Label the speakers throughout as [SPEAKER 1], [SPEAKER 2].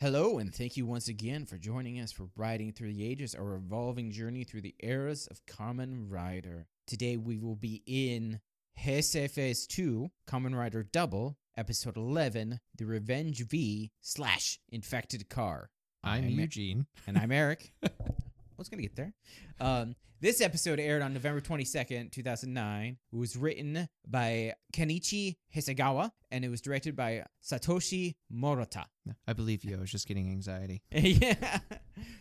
[SPEAKER 1] thank you once again for joining us for Riding Through the Ages, a revolving journey through the eras of Kamen Rider. Today we will be in Heisei Phase 2, Kamen Rider Double, Episode 11, The Revenge V slash Infected Car.
[SPEAKER 2] I'm,
[SPEAKER 1] I'm-
[SPEAKER 2] Eugene.
[SPEAKER 1] And I'm Eric. I was going to get there. Um, this episode aired on November 22nd, 2009. It was written by Kenichi Hisegawa and it was directed by Satoshi Morita.
[SPEAKER 2] I believe you. I was just getting anxiety.
[SPEAKER 1] yeah.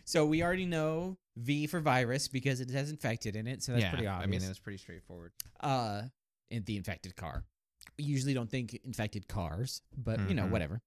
[SPEAKER 1] So we already know V for virus because it has infected in it. So that's
[SPEAKER 2] yeah,
[SPEAKER 1] pretty obvious.
[SPEAKER 2] I mean, it was pretty straightforward.
[SPEAKER 1] uh in the infected car. We usually don't think infected cars, but you know,
[SPEAKER 2] Mhm.
[SPEAKER 1] whatever.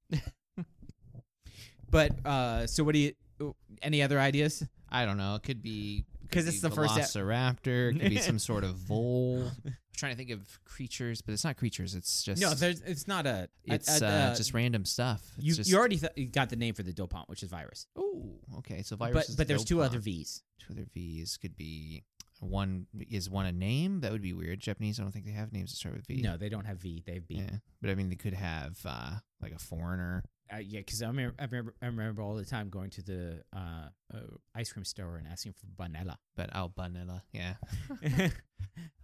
[SPEAKER 1] but uh so what do you any other ideas?
[SPEAKER 2] I don't know. It could be it could
[SPEAKER 1] 'Cause it's
[SPEAKER 2] be
[SPEAKER 1] the first e-, ep-
[SPEAKER 2] Velociraptor. It could be some sort of vole. I'm trying to think of creatures, but it's not creatures. It's just
[SPEAKER 1] no, there's it's not a a-
[SPEAKER 2] It's
[SPEAKER 1] a-
[SPEAKER 2] uh,
[SPEAKER 1] a-
[SPEAKER 2] just random stuff. It's
[SPEAKER 1] you,
[SPEAKER 2] just,
[SPEAKER 1] you already th- you got the name for the dopant, which is virus.
[SPEAKER 2] Oh, okay. So virus.
[SPEAKER 1] but but there's two other V's.
[SPEAKER 2] Two other V's could be one. Is one a name? That would be weird. Japanese. I don't think they have names that start with V.
[SPEAKER 1] No, they don't have V. They have B.
[SPEAKER 2] Yeah, but I mean, they could have uh, like a foreigner.
[SPEAKER 1] uh, yeah, because I remember, I remember I remember all the time going to the uh, uh, ice cream store and asking for vanilla,
[SPEAKER 2] But oh, vanilla. Yeah.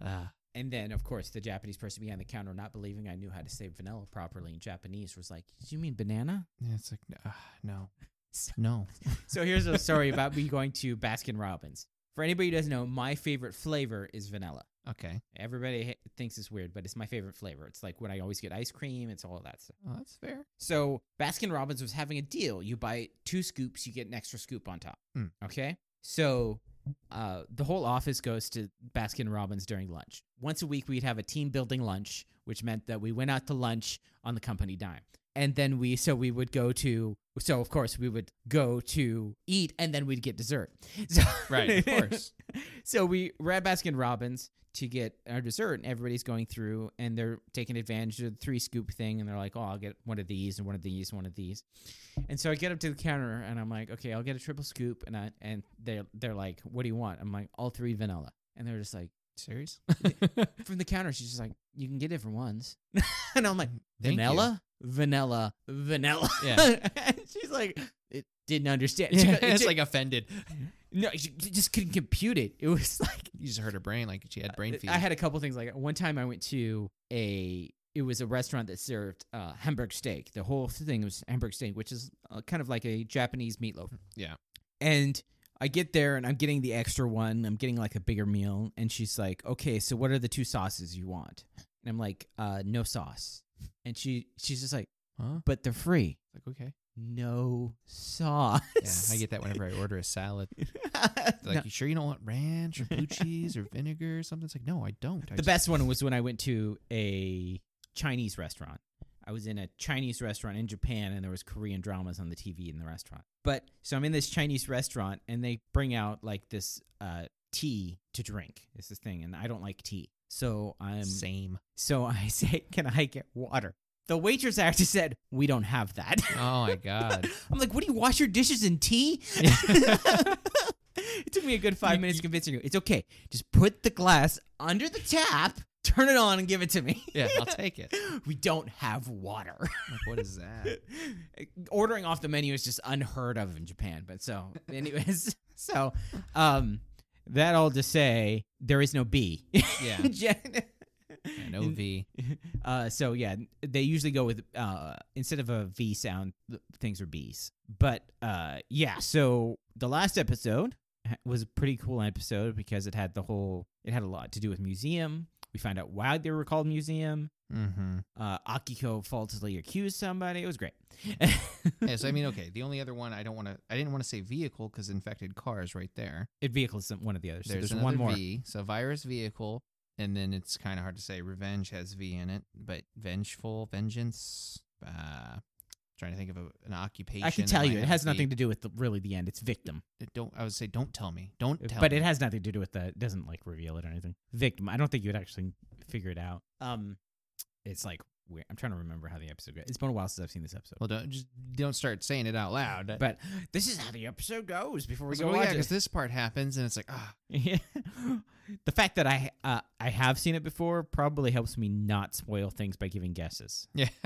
[SPEAKER 2] Uh,
[SPEAKER 1] and then of course the Japanese person behind the counter, not believing I knew how to say vanilla properly in Japanese, was like, "Do you mean banana?"
[SPEAKER 2] yeah, it's like uh, no, no.
[SPEAKER 1] So here's a story about me going to Baskin Robbins. For anybody who doesn't know, my favorite flavor is vanilla.
[SPEAKER 2] Okay.
[SPEAKER 1] Everybody ha- thinks it's weird, but it's my favorite flavor. It's like when I always get ice cream. It's all of that stuff.
[SPEAKER 2] Well, that's fair.
[SPEAKER 1] So Baskin Robbins was having a deal. You buy two scoops, you get an extra scoop on top.
[SPEAKER 2] Mm.
[SPEAKER 1] Okay. So uh, the whole office goes to Baskin Robbins during lunch. Once a week, we'd have a team building lunch, which meant that we went out to lunch on the company dime. And then we, so we would go to, so of course, we would go to eat and then we'd get dessert. So
[SPEAKER 2] Right, of course.
[SPEAKER 1] so we were at Baskin Robbins to get our dessert, and everybody's going through and they're taking advantage of the three scoop thing. And they're like, oh, I'll get one of these and one of these and one of these. And so I get up to the counter and I'm like, okay, I'll get a triple scoop. And I, and they're, they're like, what do you want? I'm like, all three vanilla. And they're just like,
[SPEAKER 2] Serious?
[SPEAKER 1] from the counter, she's just like, you can get different ones. and I'm like,
[SPEAKER 2] Thank you.
[SPEAKER 1] vanilla, vanilla, vanilla.
[SPEAKER 2] Yeah.
[SPEAKER 1] And she's like, it didn't understand. She
[SPEAKER 2] Yeah,
[SPEAKER 1] go-
[SPEAKER 2] it's
[SPEAKER 1] she-
[SPEAKER 2] like offended.
[SPEAKER 1] no, she she just couldn't compute it. It was like,
[SPEAKER 2] You just hurt her brain, like she had brain
[SPEAKER 1] I-
[SPEAKER 2] fever.
[SPEAKER 1] I had a couple things like that. One time I went to a it was a restaurant that served uh, Hamburg steak. The whole thing was Hamburg steak, which is uh, kind of like a Japanese meatloaf.
[SPEAKER 2] Yeah.
[SPEAKER 1] And I get there and I'm getting the extra one. I'm getting like a bigger meal, and she's like, "Okay, so what are the two sauces you want?" And I'm like, uh, "No sauce." And she she's just like,
[SPEAKER 2] huh?
[SPEAKER 1] "But they're free."
[SPEAKER 2] Like okay.
[SPEAKER 1] No sauce.
[SPEAKER 2] Yeah, I get that whenever I order a salad. They're
[SPEAKER 1] No.
[SPEAKER 2] Like, you sure you don't want ranch or blue cheese or vinegar or something? It's like, no, I don't. I
[SPEAKER 1] The
[SPEAKER 2] just-
[SPEAKER 1] best one was when I went to a Chinese restaurant. I was in a Chinese restaurant in Japan and there was Korean dramas on the TV in the restaurant. But so I'm in this Chinese restaurant and they bring out like this uh, tea to drink. It's this thing and I don't like tea. So I'm
[SPEAKER 2] same.
[SPEAKER 1] so I say, "Can I get water?" The waitress actually said, "We don't have that."
[SPEAKER 2] Oh my god.
[SPEAKER 1] I'm like, "What do you wash your dishes in tea?" it took me a good five minutes convincing her. It's okay. Just put the glass under the tap, turn it on, and give it to me.
[SPEAKER 2] Yeah, I'll take it.
[SPEAKER 1] we don't have water.
[SPEAKER 2] Like, what is that?
[SPEAKER 1] Ordering off the menu is just unheard of in Japan. But so, anyways, so um, that all to say, there is no B.
[SPEAKER 2] Yeah. yeah no V.
[SPEAKER 1] Uh, so yeah, they usually go with uh, instead of a V sound, th- things are Bs. But uh, yeah, so the last episode ha- was a pretty cool episode because it had the whole, it had a lot to do with museum. We found out why they were called museum.
[SPEAKER 2] Mm-hmm.
[SPEAKER 1] Uh, Akiko falsely accused somebody. It was great.
[SPEAKER 2] Yeah, so I mean, okay. The only other one I don't want to, I didn't want to say vehicle because infected cars right there.
[SPEAKER 1] it vehicles some- one of the others. so
[SPEAKER 2] there's,
[SPEAKER 1] there's one
[SPEAKER 2] another
[SPEAKER 1] more.
[SPEAKER 2] V, so virus vehicle, and then it's kind of hard to say. Revenge has V in it, but vengeful, vengeance. Uh, trying to think of a, an occupation.
[SPEAKER 1] I can
[SPEAKER 2] that
[SPEAKER 1] tell
[SPEAKER 2] might
[SPEAKER 1] you, it
[SPEAKER 2] have
[SPEAKER 1] has
[SPEAKER 2] a V.
[SPEAKER 1] nothing to do with the, really the end. It's victim,
[SPEAKER 2] Don't. I would say don't tell me. Don't tell.
[SPEAKER 1] but
[SPEAKER 2] me.
[SPEAKER 1] it has nothing to do with the. It doesn't like reveal it or anything. Victim. I don't think you would actually figure it out. Um, it's like weird. I'm trying to remember how the episode goes. It's been a while since I've seen this episode.
[SPEAKER 2] Well, don't just don't start saying it out loud. That-
[SPEAKER 1] But this is how the episode goes before we go
[SPEAKER 2] So, well, "Oh, yeah,
[SPEAKER 1] watch
[SPEAKER 2] because
[SPEAKER 1] it.
[SPEAKER 2] this part happens, and it's like ah,
[SPEAKER 1] Yeah. the fact that I uh, I have seen it before probably helps me not spoil things by giving guesses.
[SPEAKER 2] yeah.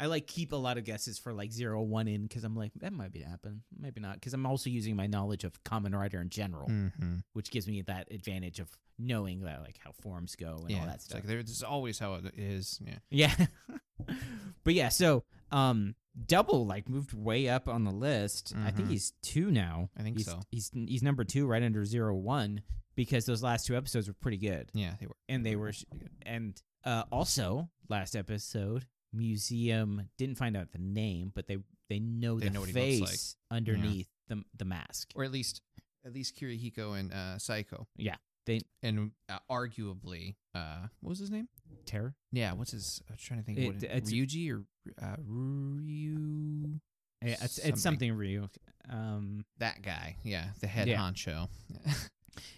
[SPEAKER 1] I like keep a lot of guesses for like zero one in because I'm like that might be happen, maybe not because I'm also using my knowledge of Common Writer in general,
[SPEAKER 2] Mm-hmm.
[SPEAKER 1] which gives me that advantage of knowing that like how forms go and all
[SPEAKER 2] Yeah,
[SPEAKER 1] that
[SPEAKER 2] it's
[SPEAKER 1] stuff.
[SPEAKER 2] like there- this is always how it is. Yeah,
[SPEAKER 1] Yeah. but yeah, so um double like moved way up on the list. I think
[SPEAKER 2] Mhm.
[SPEAKER 1] he's 2 now.
[SPEAKER 2] I think
[SPEAKER 1] he's,
[SPEAKER 2] so.
[SPEAKER 1] He's he's number 2 right under zero one because those last two episodes were pretty good.
[SPEAKER 2] yeah, they were.
[SPEAKER 1] And they were sh- and uh also last episode museum didn't find out the name, but they they know
[SPEAKER 2] They
[SPEAKER 1] the
[SPEAKER 2] know what he looks
[SPEAKER 1] face
[SPEAKER 2] like.
[SPEAKER 1] underneath the the mask.
[SPEAKER 2] or at least at least Kirihiko and uh, Psycho.
[SPEAKER 1] Yeah, they-
[SPEAKER 2] and uh, arguably, uh, what was his name?
[SPEAKER 1] Terror?
[SPEAKER 2] Yeah, what's his? I was trying to think.
[SPEAKER 1] It-
[SPEAKER 2] what it,
[SPEAKER 1] it's-
[SPEAKER 2] Ryuji or uh, Ryu?
[SPEAKER 1] Yeah, Eh, It's
[SPEAKER 2] Something.
[SPEAKER 1] it's something real. Um
[SPEAKER 2] That guy. Yeah, the head
[SPEAKER 1] Yeah.
[SPEAKER 2] honcho.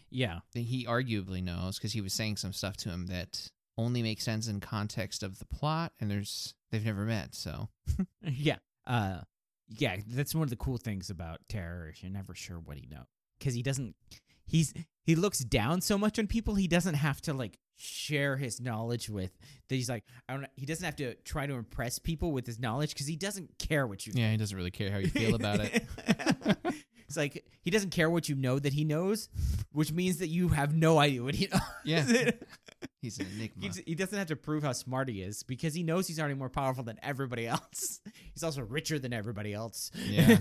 [SPEAKER 1] yeah.
[SPEAKER 2] he arguably knows because he was saying some stuff to him that only makes sense in context of the plot, and there's they've never met, so
[SPEAKER 1] yeah. Uh yeah, that's one of the cool things about Terror is you're never sure what he knows. Cause he doesn't he's he looks down so much on people he doesn't have to like share his knowledge with that he's like I don't he doesn't have to try to impress people with his knowledge because he doesn't care what you
[SPEAKER 2] yeah, he doesn't really care how you feel about it.
[SPEAKER 1] it's like he doesn't care what you know that he knows, which means that you have no idea what he knows.
[SPEAKER 2] Yeah, he's an
[SPEAKER 1] He,
[SPEAKER 2] enigma.
[SPEAKER 1] d- he doesn't have to prove how smart he is because he knows he's already more powerful than everybody else. He's also richer than everybody else.
[SPEAKER 2] Yeah.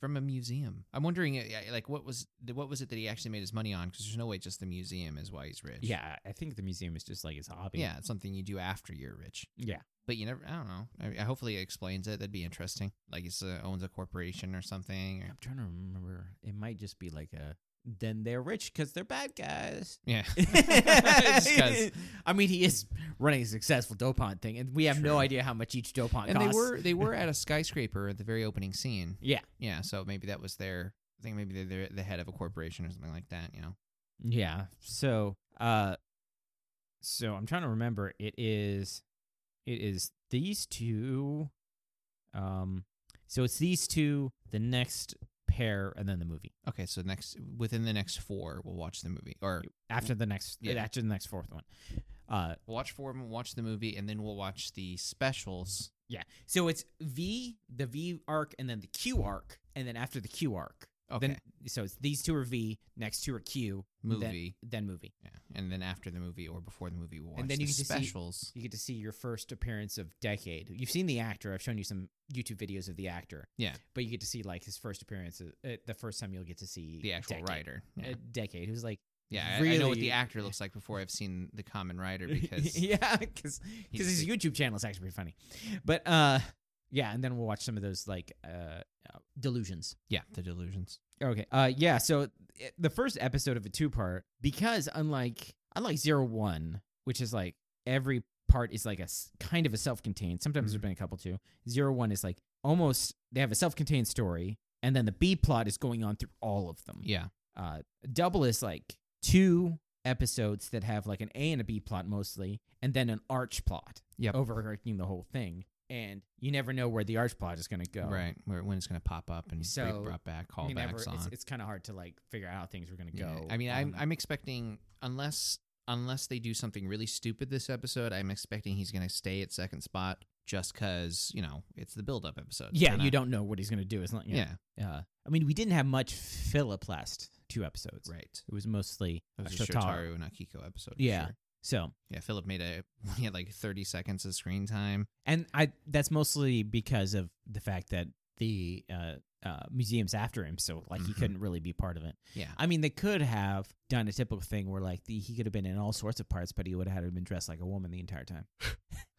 [SPEAKER 2] from a museum. I'm wondering, uh, yeah, like, what was th- what was it that he actually made his money on? Because there's no way just the museum is why he's rich.
[SPEAKER 1] yeah, I think the museum is just like his hobby.
[SPEAKER 2] yeah, it's something you do after you're rich.
[SPEAKER 1] Yeah.
[SPEAKER 2] But you never, I don't know. I, I- hopefully, it explains it. That'd be interesting. Like, he's uh, owns a corporation or something. Or,
[SPEAKER 1] I'm trying to remember. It might just be like a then they're rich because they're bad guys.
[SPEAKER 2] yeah, Just 'cause.
[SPEAKER 1] I mean, he is running a successful dopant thing, and we have no
[SPEAKER 2] True.
[SPEAKER 1] idea how much each dopant
[SPEAKER 2] and they
[SPEAKER 1] costs.
[SPEAKER 2] were they were at a skyscraper at the very opening scene.
[SPEAKER 1] yeah,
[SPEAKER 2] Yeah, so maybe that was their. I think maybe they're the head of a corporation or something like that. You know.
[SPEAKER 1] yeah. So, uh, so I'm trying to remember. It is, it is these two, um, so it's these two, the next pair, and then the movie
[SPEAKER 2] Okay, so next within the next four, we'll watch the movie or
[SPEAKER 1] after the next
[SPEAKER 2] Yeah.
[SPEAKER 1] after the next fourth one. Uh,
[SPEAKER 2] we'll watch four of them, watch the movie, and then we'll watch the specials
[SPEAKER 1] Yeah. So it's V, the V arc, and then the Q arc, and then after the Q arc.
[SPEAKER 2] Okay.
[SPEAKER 1] Then so it's these two are V, next two are Q, then-
[SPEAKER 2] movie.
[SPEAKER 1] then movie.
[SPEAKER 2] Yeah, and then after the movie or before the movie, we'll watch
[SPEAKER 1] And then
[SPEAKER 2] the
[SPEAKER 1] you get to see-
[SPEAKER 2] specials.
[SPEAKER 1] You get to see your first appearance of decade. You've seen the actor. I've shown you some YouTube videos of the actor.
[SPEAKER 2] Yeah.
[SPEAKER 1] But you get to see like his first appearance. Uh, the first time you'll get to see
[SPEAKER 2] the actual
[SPEAKER 1] decade,
[SPEAKER 2] writer. Yeah,
[SPEAKER 1] A decade. Who's like
[SPEAKER 2] yeah I- I, know what
[SPEAKER 1] really-
[SPEAKER 2] the actor looks like before I've seen the common writer because
[SPEAKER 1] yeah, because
[SPEAKER 2] he's
[SPEAKER 1] his
[SPEAKER 2] the-
[SPEAKER 1] YouTube channel is actually pretty funny. But uh, yeah, and then we'll watch some of those like uh, uh delusions.
[SPEAKER 2] yeah, the delusions.
[SPEAKER 1] Okay. Uh yeah, so i- the first episode of a two-part because unlike unlike 01, which is like every part is like a s- kind of a self-contained. Sometimes there's
[SPEAKER 2] Mhm.
[SPEAKER 1] been a couple too. Zero one is like almost they have a self-contained story and then the B plot is going on through all of them.
[SPEAKER 2] Yeah,
[SPEAKER 1] Uh double is like two episodes that have like an A and a B plot mostly and then an arch plot
[SPEAKER 2] Yep.
[SPEAKER 1] overarching the whole thing and you never know where the arch plot is going to go
[SPEAKER 2] right. Where when it's gonna pop up and be
[SPEAKER 1] So,
[SPEAKER 2] brought back
[SPEAKER 1] you
[SPEAKER 2] callbacks
[SPEAKER 1] never-
[SPEAKER 2] on.
[SPEAKER 1] It's, it's kind of hard to like figure out how things were gonna
[SPEAKER 2] Yeah,
[SPEAKER 1] go.
[SPEAKER 2] I mean, I'm
[SPEAKER 1] on-
[SPEAKER 2] I'm expecting unless unless they do something really stupid this episode, I'm expecting he's gonna stay at second spot just because you know it's the build up episode. It's
[SPEAKER 1] yeah,
[SPEAKER 2] gonna-
[SPEAKER 1] you don't know what he's gonna do. It's not.
[SPEAKER 2] Yeah,
[SPEAKER 1] Yeah. Uh, I mean, we didn't have much Philiplast two episodes.
[SPEAKER 2] right.
[SPEAKER 1] It was mostly
[SPEAKER 2] It was a
[SPEAKER 1] Shotaro.
[SPEAKER 2] Shotaro and Akiko episode. for
[SPEAKER 1] Yeah.
[SPEAKER 2] sure.
[SPEAKER 1] so,
[SPEAKER 2] Yeah, Philip made a he had like thirty seconds of screen time.
[SPEAKER 1] and I that's mostly because of the fact that the uh, uh, museum's after him, so like he
[SPEAKER 2] Mhm.
[SPEAKER 1] couldn't really be part of it.
[SPEAKER 2] Yeah,
[SPEAKER 1] I mean, they could have done a typical thing where like the, he could have been in all sorts of parts, but he would have had to have been dressed like a woman the entire time.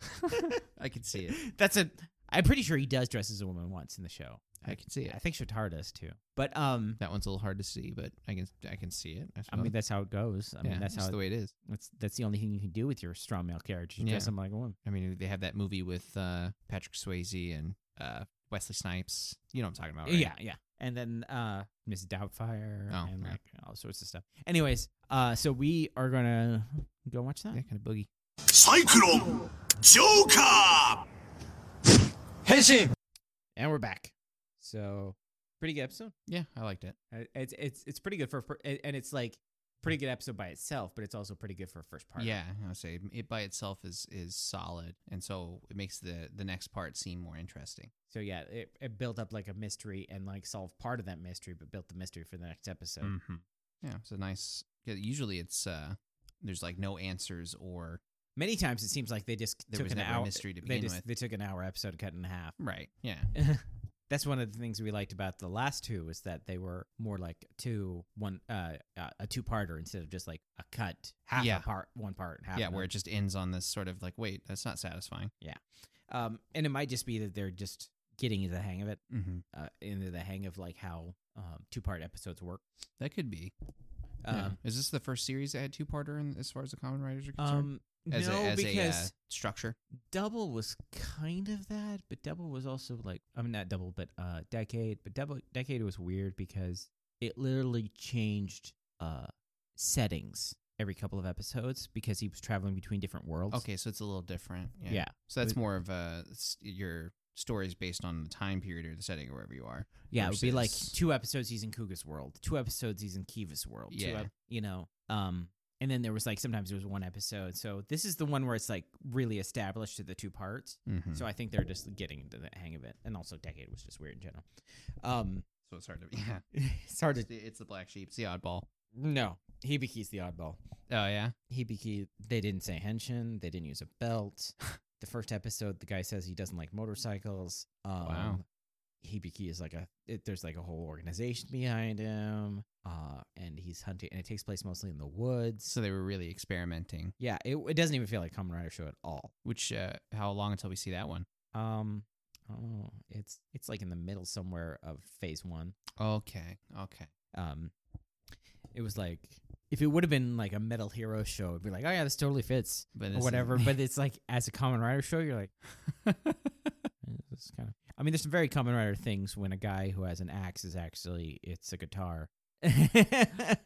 [SPEAKER 2] I could see it.
[SPEAKER 1] That's a. I'm pretty sure he does dress as a woman once in the show.
[SPEAKER 2] I can see
[SPEAKER 1] I
[SPEAKER 2] it.
[SPEAKER 1] think Shatar does too. But um,
[SPEAKER 2] That one's a little hard to see, but I can I can see it. I,
[SPEAKER 1] I
[SPEAKER 2] suppose.
[SPEAKER 1] mean that's how it goes. I
[SPEAKER 2] Yeah,
[SPEAKER 1] mean that's
[SPEAKER 2] just
[SPEAKER 1] how
[SPEAKER 2] the way it is.
[SPEAKER 1] that's that's the only thing you can do with your straw male character. You
[SPEAKER 2] Yeah.
[SPEAKER 1] dress them like a woman.
[SPEAKER 2] I mean, they have that movie with uh, Patrick Swayze and uh, Wesley Snipes. You know what I'm talking about, right?
[SPEAKER 1] Yeah, yeah. And then uh Miss Doubtfire
[SPEAKER 2] Oh,
[SPEAKER 1] and
[SPEAKER 2] yeah.
[SPEAKER 1] like all sorts of stuff. Anyways, uh, so we are gonna go watch that.
[SPEAKER 2] yeah, kind of boogie.
[SPEAKER 3] サイクロンジョーカー変身
[SPEAKER 1] And we're back. So pretty good episode.
[SPEAKER 2] Yeah, I liked it.
[SPEAKER 1] Uh, It's it's it's pretty good for for- and and it's like pretty good episode by itself, but it's also pretty good for a first part.
[SPEAKER 2] Yeah, I would say it by itself is is solid, and so it makes the the next part seem more interesting.
[SPEAKER 1] So yeah, it, it built up like a mystery and like solved part of that mystery, but built the mystery for the next episode.
[SPEAKER 2] Mm-hmm. Yeah, it's a nice. 'cause Usually, it's uh, there's like no answers or
[SPEAKER 1] Many times it seems like they just
[SPEAKER 2] there
[SPEAKER 1] took
[SPEAKER 2] was
[SPEAKER 1] an
[SPEAKER 2] never a
[SPEAKER 1] hour.
[SPEAKER 2] mystery to
[SPEAKER 1] They
[SPEAKER 2] begin
[SPEAKER 1] just
[SPEAKER 2] with.
[SPEAKER 1] they took an hour episode, and cut it in half.
[SPEAKER 2] right. Yeah.
[SPEAKER 1] That's one of the things we liked about the last two is that they were more like two one uh, uh a two parter instead of just like a cut half
[SPEAKER 2] Yeah.
[SPEAKER 1] a part one part half
[SPEAKER 2] yeah,
[SPEAKER 1] another.
[SPEAKER 2] where it just ends on this sort of like, wait, that's not satisfying.
[SPEAKER 1] um and it might just be that they're just getting into the hang of it
[SPEAKER 2] Mm-hmm.
[SPEAKER 1] uh, into the hang of like how um, two part episodes work.
[SPEAKER 2] That could be.
[SPEAKER 1] Um,
[SPEAKER 2] yeah. Is this the first series that had two parter in as far as the common writers are concerned?
[SPEAKER 1] Um,
[SPEAKER 2] as
[SPEAKER 1] no,
[SPEAKER 2] a, as
[SPEAKER 1] because
[SPEAKER 2] a uh, structure.
[SPEAKER 1] Double was kind of that, but Double was also like I mean not Double, but uh, Decade. But Double Decade was weird because it literally changed uh settings every couple of episodes because he was traveling between different worlds.
[SPEAKER 2] Okay, so it's a little different. Yeah.
[SPEAKER 1] Yeah.
[SPEAKER 2] So that's
[SPEAKER 1] With-
[SPEAKER 2] more of a s- your stories based on the time period or the setting or wherever you are.
[SPEAKER 1] Yeah, it would be like
[SPEAKER 2] versus-
[SPEAKER 1] two episodes he's in Kuga's world, two episodes he's in Kiva's world. two
[SPEAKER 2] Yeah.
[SPEAKER 1] ep- you know. Um, and then there was like sometimes there was one episode. So this is the one where it's like really established to the two parts.
[SPEAKER 2] Mm-hmm. So,
[SPEAKER 1] So I think they're just getting into the hang of it. And also, decade was just weird in general. Um,
[SPEAKER 2] it's hard to yeah.
[SPEAKER 1] it's hard to
[SPEAKER 2] It's the, it's the black sheep. It's the oddball.
[SPEAKER 1] no. Hibiki's the oddball.
[SPEAKER 2] Oh yeah.
[SPEAKER 1] Hibiki. They didn't say henshin. They didn't use a belt. the first episode, the guy says he doesn't like motorcycles. Um,
[SPEAKER 2] Wow.
[SPEAKER 1] Hibiki is like a it, there's like a whole organization behind him, uh, and he's hunting, and it takes place mostly in the woods.
[SPEAKER 2] So they were really experimenting.
[SPEAKER 1] Yeah, it, it doesn't even feel like Kamen Rider show at all.
[SPEAKER 2] Which uh, how long until we see that one?
[SPEAKER 1] Um, I don't know. It's it's like in the middle somewhere of phase one.
[SPEAKER 2] Okay. Okay.
[SPEAKER 1] um it was like if it would have been like a metal hero show it'd be like oh yeah this totally fits
[SPEAKER 2] But this
[SPEAKER 1] or
[SPEAKER 2] is-
[SPEAKER 1] whatever but it's like as a common writer show you're like eh, this is kind of i mean there's some very common writer things when a guy who has an axe is actually it's a guitar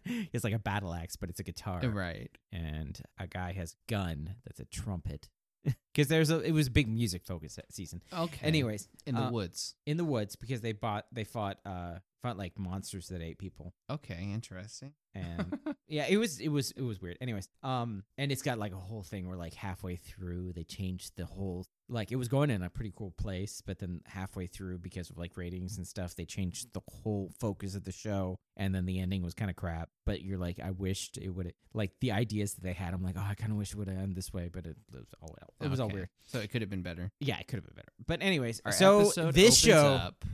[SPEAKER 1] it's like a battle axe but it's a guitar
[SPEAKER 2] right.
[SPEAKER 1] and a guy has a gun that's a trumpet because there's a it was a big music focus that season
[SPEAKER 2] Okay.
[SPEAKER 1] anyways
[SPEAKER 2] in the
[SPEAKER 1] uh,
[SPEAKER 2] woods.
[SPEAKER 1] in the woods because they bought they fought uh fought like monsters that ate people
[SPEAKER 2] Okay. Interesting.
[SPEAKER 1] and yeah it was it was it was weird anyways um and it's got like a whole thing where like halfway through they changed the whole like it was going in a pretty cool place but then halfway through because of like ratings and stuff they changed the whole focus of the show and then the ending was kind of crap but you're like i wished it would like the ideas that they had i'm like oh i kind of wish it would have ended this way but it, was all it was all
[SPEAKER 2] Okay.
[SPEAKER 1] weird
[SPEAKER 2] So it could have been better.
[SPEAKER 1] yeah it could have been better but anyways
[SPEAKER 2] Our
[SPEAKER 1] so
[SPEAKER 2] episode
[SPEAKER 1] this
[SPEAKER 2] opens
[SPEAKER 1] show
[SPEAKER 2] up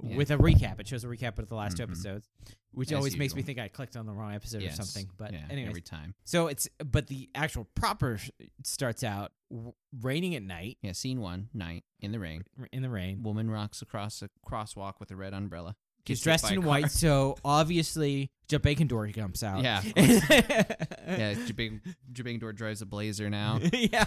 [SPEAKER 2] Yeah.
[SPEAKER 1] with a recap it shows a recap of the last two
[SPEAKER 2] Mhm.
[SPEAKER 1] episodes which
[SPEAKER 2] As
[SPEAKER 1] always makes me
[SPEAKER 2] usual.
[SPEAKER 1] think i clicked on the wrong episode
[SPEAKER 2] yes,
[SPEAKER 1] or something but
[SPEAKER 2] yeah,
[SPEAKER 1] anyways
[SPEAKER 2] every time.
[SPEAKER 1] so it's but the actual proper sh- starts out w- raining at night
[SPEAKER 2] Yeah, scene one, night in the rain.
[SPEAKER 1] r- in the rain.
[SPEAKER 2] Woman rocks across a crosswalk with a red umbrella.
[SPEAKER 1] She's
[SPEAKER 2] Gets hit
[SPEAKER 1] dressed
[SPEAKER 2] by a
[SPEAKER 1] in
[SPEAKER 2] car.
[SPEAKER 1] white, so obviously Ja Bacon Door comes out.
[SPEAKER 2] Yeah, of Yeah,
[SPEAKER 1] yeah,
[SPEAKER 2] Jabing Jabing Door drives a blazer now.
[SPEAKER 1] yeah.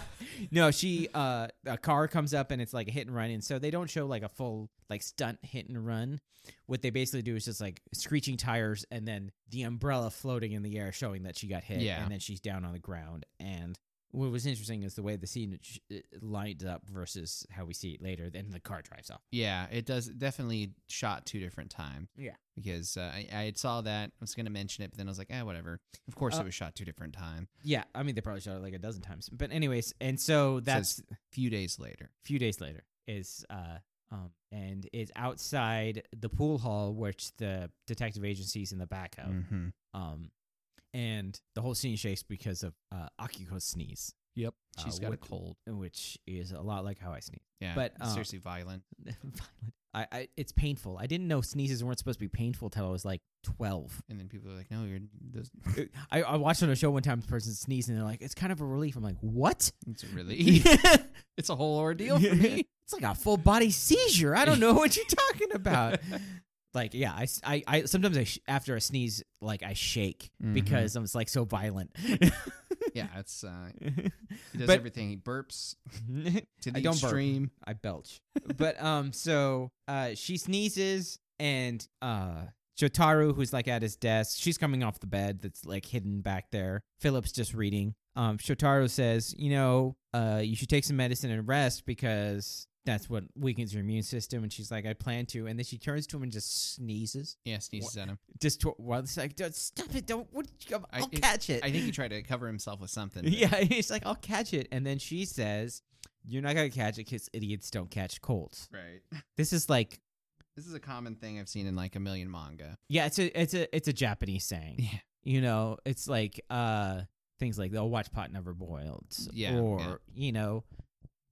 [SPEAKER 1] No, she uh a car comes up and it's like a hit and run, and so they don't show like a full like stunt hit and run. What they basically do is just like screeching tires and then the umbrella floating in the air, showing that she got hit,
[SPEAKER 2] Yeah.
[SPEAKER 1] and then she's down on the ground. And what was interesting is the way the scene sh- it lined up versus how we see it later. Then the car drives off.
[SPEAKER 2] Yeah, it does definitely shot two different times.
[SPEAKER 1] Yeah.
[SPEAKER 2] because uh, I, I had saw that. I was gonna mention it, but then I was like, eh, whatever. Of course,
[SPEAKER 1] Uh,
[SPEAKER 2] it was shot two different times.
[SPEAKER 1] Yeah, I mean they probably shot it like a dozen times, but anyways, and so that's
[SPEAKER 2] Says- Few days later,
[SPEAKER 1] few days later is uh um and is outside the pool hall which the detective agency's in the back of
[SPEAKER 2] Mhm.
[SPEAKER 1] um and the whole scene shakes because of uh akiko's sneeze
[SPEAKER 2] yep,
[SPEAKER 1] Uh,
[SPEAKER 2] she's got
[SPEAKER 1] what-
[SPEAKER 2] a cold.
[SPEAKER 1] which is a lot like how i sneeze
[SPEAKER 2] Yeah,
[SPEAKER 1] but, uh,
[SPEAKER 2] it's seriously violent.
[SPEAKER 1] Violent. I, I it's painful i didn't know sneezes weren't supposed to be painful till i was like 12
[SPEAKER 2] And then people are like, no, you're this,
[SPEAKER 1] I, I watched on a show one time the person sneezed and they're like it's kind of a relief i'm like what
[SPEAKER 2] it's really
[SPEAKER 1] it's
[SPEAKER 2] it's a whole ordeal for me.
[SPEAKER 1] like a full body seizure i don't know what you're talking about like yeah i, s- I- I- sometimes I sh- after a sneeze like i shake
[SPEAKER 2] Mhm.
[SPEAKER 1] because I'm, it's like so violent
[SPEAKER 2] yeah, it's uh, he does
[SPEAKER 1] But-
[SPEAKER 2] everything. He burps to the
[SPEAKER 1] I don't burp.
[SPEAKER 2] extreme.
[SPEAKER 1] i belch but um so uh she sneezes and uh Jotaru, who's like at his desk, she's coming off the bed that's like hidden back there. Philip's just reading. Um, Shotaru says, You know, uh, you should take some medicine and rest because that's what weakens your immune system. And she's like, I plan to. And then she turns to him and just sneezes.
[SPEAKER 2] Yeah, sneezes at him.
[SPEAKER 1] Just to, while it's like, "Don't- stop it. Don't, what, I'll
[SPEAKER 2] I- it-
[SPEAKER 1] catch it.
[SPEAKER 2] I think he tried to cover himself with something. but-
[SPEAKER 1] yeah, he's like, I'll catch it. And then she says, You're not going to catch it because idiots don't catch colds.
[SPEAKER 2] Right.
[SPEAKER 1] This is like,
[SPEAKER 2] This is a common thing I've seen in like a million manga.
[SPEAKER 1] yeah, it's a, it's a, it's a Japanese saying.
[SPEAKER 2] Yeah.
[SPEAKER 1] you know it's like uh things like they'll watch pot never boiled
[SPEAKER 2] Yeah, yeah.
[SPEAKER 1] or you know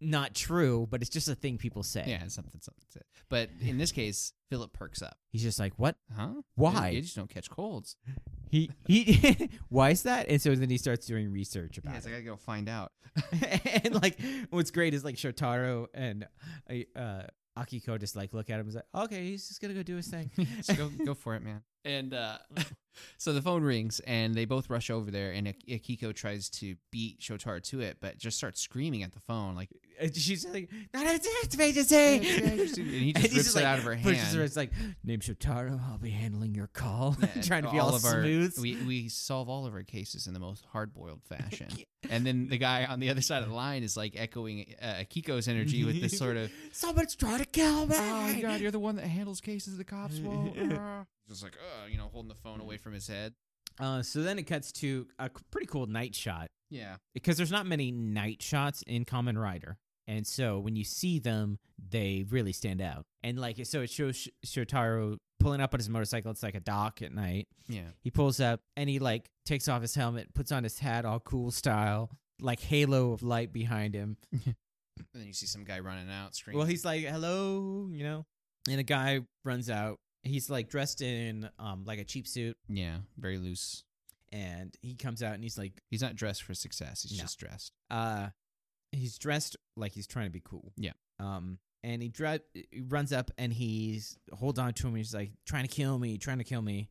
[SPEAKER 1] not true but it's just a thing people say
[SPEAKER 2] Yeah, something, something. to- But in this case, Philip perks up.
[SPEAKER 1] he's just like what
[SPEAKER 2] Huh?
[SPEAKER 1] Why?
[SPEAKER 2] You just don't catch colds.
[SPEAKER 1] he he why is that and so then he starts doing research
[SPEAKER 2] Yeah,
[SPEAKER 1] about
[SPEAKER 2] it's like, I gotta go find out.
[SPEAKER 1] it and like what's great is like shotaro and uh akiko just like look at him and is like okay he's just gonna go do his thing
[SPEAKER 2] Just go, go for it, man. And uh, so the phone rings, and they both rush over there. And A- Akiko tries to beat Shotaro to it, but just starts screaming at the phone, like
[SPEAKER 1] and she's like not an activated
[SPEAKER 2] "Yeah, yeah, just do-" and he
[SPEAKER 1] And he's
[SPEAKER 2] just rips
[SPEAKER 1] just
[SPEAKER 2] it
[SPEAKER 1] like,
[SPEAKER 2] out of her
[SPEAKER 1] pushes her,
[SPEAKER 2] hand.
[SPEAKER 1] It's like, name Shotaro. I'll be handling your call.
[SPEAKER 2] Yeah,
[SPEAKER 1] Trying to be all,
[SPEAKER 2] of our
[SPEAKER 1] smooth.
[SPEAKER 2] we we solve all of our cases in the most hard boiled fashion. And then the guy on the other side of the line is like echoing uh, Akiko's energy with this sort of
[SPEAKER 1] Someone's trying to kill me.
[SPEAKER 2] Oh my god, you're the one that handles cases the cops won't. Ah. Just like, uh, you know, holding the phone away from his head.
[SPEAKER 1] Uh, so then it cuts to a c- pretty cool night shot
[SPEAKER 2] Yeah.
[SPEAKER 1] because there's not many night shots in Common Rider. And so when you see them, they really stand out. And like, so it shows Sh- Shotaro pulling up on his motorcycle. It's like a dock at night.
[SPEAKER 2] Yeah.
[SPEAKER 1] He pulls up and he like takes off his helmet, puts on his hat, all cool style, like halo of light behind him.
[SPEAKER 2] And then you see some guy running out screaming.
[SPEAKER 1] Well, he's like, "Hello," you know, and a guy runs out. He's like dressed in um like a cheap suit,
[SPEAKER 2] Yeah, very loose.
[SPEAKER 1] and he comes out and he's like,
[SPEAKER 2] He's not dressed for success. He's
[SPEAKER 1] No.
[SPEAKER 2] just dressed.
[SPEAKER 1] uh, he's dressed like he's trying to be cool.
[SPEAKER 2] Yeah.
[SPEAKER 1] Um, and he, dri- he runs up and he's holds on to him. And he's like, "Trying to kill me, trying to kill me,"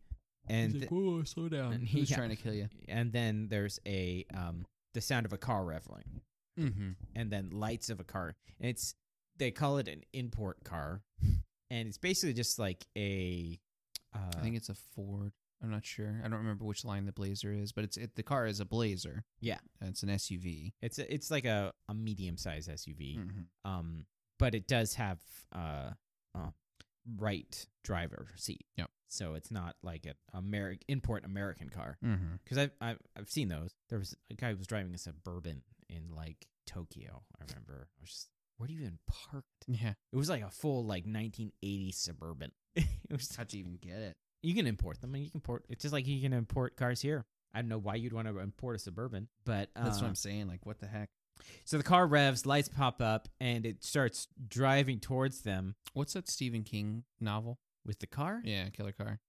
[SPEAKER 1] and th-
[SPEAKER 2] Whoa, slow down.
[SPEAKER 1] And
[SPEAKER 2] And
[SPEAKER 1] he-
[SPEAKER 2] he's
[SPEAKER 1] yeah.
[SPEAKER 2] trying to kill you.
[SPEAKER 1] and then there's a um the sound of a car reveling,
[SPEAKER 2] Mm-hmm.
[SPEAKER 1] and then lights of a car. And it's they call it an import car, and it's basically just like a. Uh,
[SPEAKER 2] I think it's a Ford. I'm not sure. I don't remember which line the Blazer is, but it's it, the car is a Blazer.
[SPEAKER 1] Yeah.
[SPEAKER 2] And it's an SUV.
[SPEAKER 1] It's a, it's like a, a medium sized SUV.
[SPEAKER 2] Mm-hmm.
[SPEAKER 1] Um, but it does have uh, uh right driver seat.
[SPEAKER 2] Yep.
[SPEAKER 1] So it's not like an Ameri- import American car
[SPEAKER 2] Mm-hmm.
[SPEAKER 1] because I've, I've I've seen those. There was a guy who was driving a suburban in like Tokyo. I remember. I was just where do you even park?
[SPEAKER 2] Yeah.
[SPEAKER 1] It was like a full like 1980 suburban. it was
[SPEAKER 2] How'd you even get it?
[SPEAKER 1] you can import them and you can port. It's just like you can import cars here. I don't know why you'd want to import a suburban, but um,
[SPEAKER 2] That's what I'm saying. Like, what the heck?
[SPEAKER 1] so the car revs, lights pop up, and it starts driving towards them
[SPEAKER 2] What's that Stephen King novel?
[SPEAKER 1] with the car.
[SPEAKER 2] Yeah, Killer Car.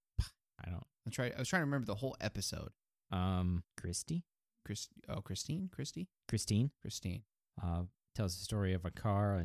[SPEAKER 1] I don't.
[SPEAKER 2] I try. I was trying to remember the whole episode.
[SPEAKER 1] Um, Christy,
[SPEAKER 2] Chris, oh, Christine, Christy,
[SPEAKER 1] Christine,
[SPEAKER 2] Christine.
[SPEAKER 1] uh, tells the story of a car, a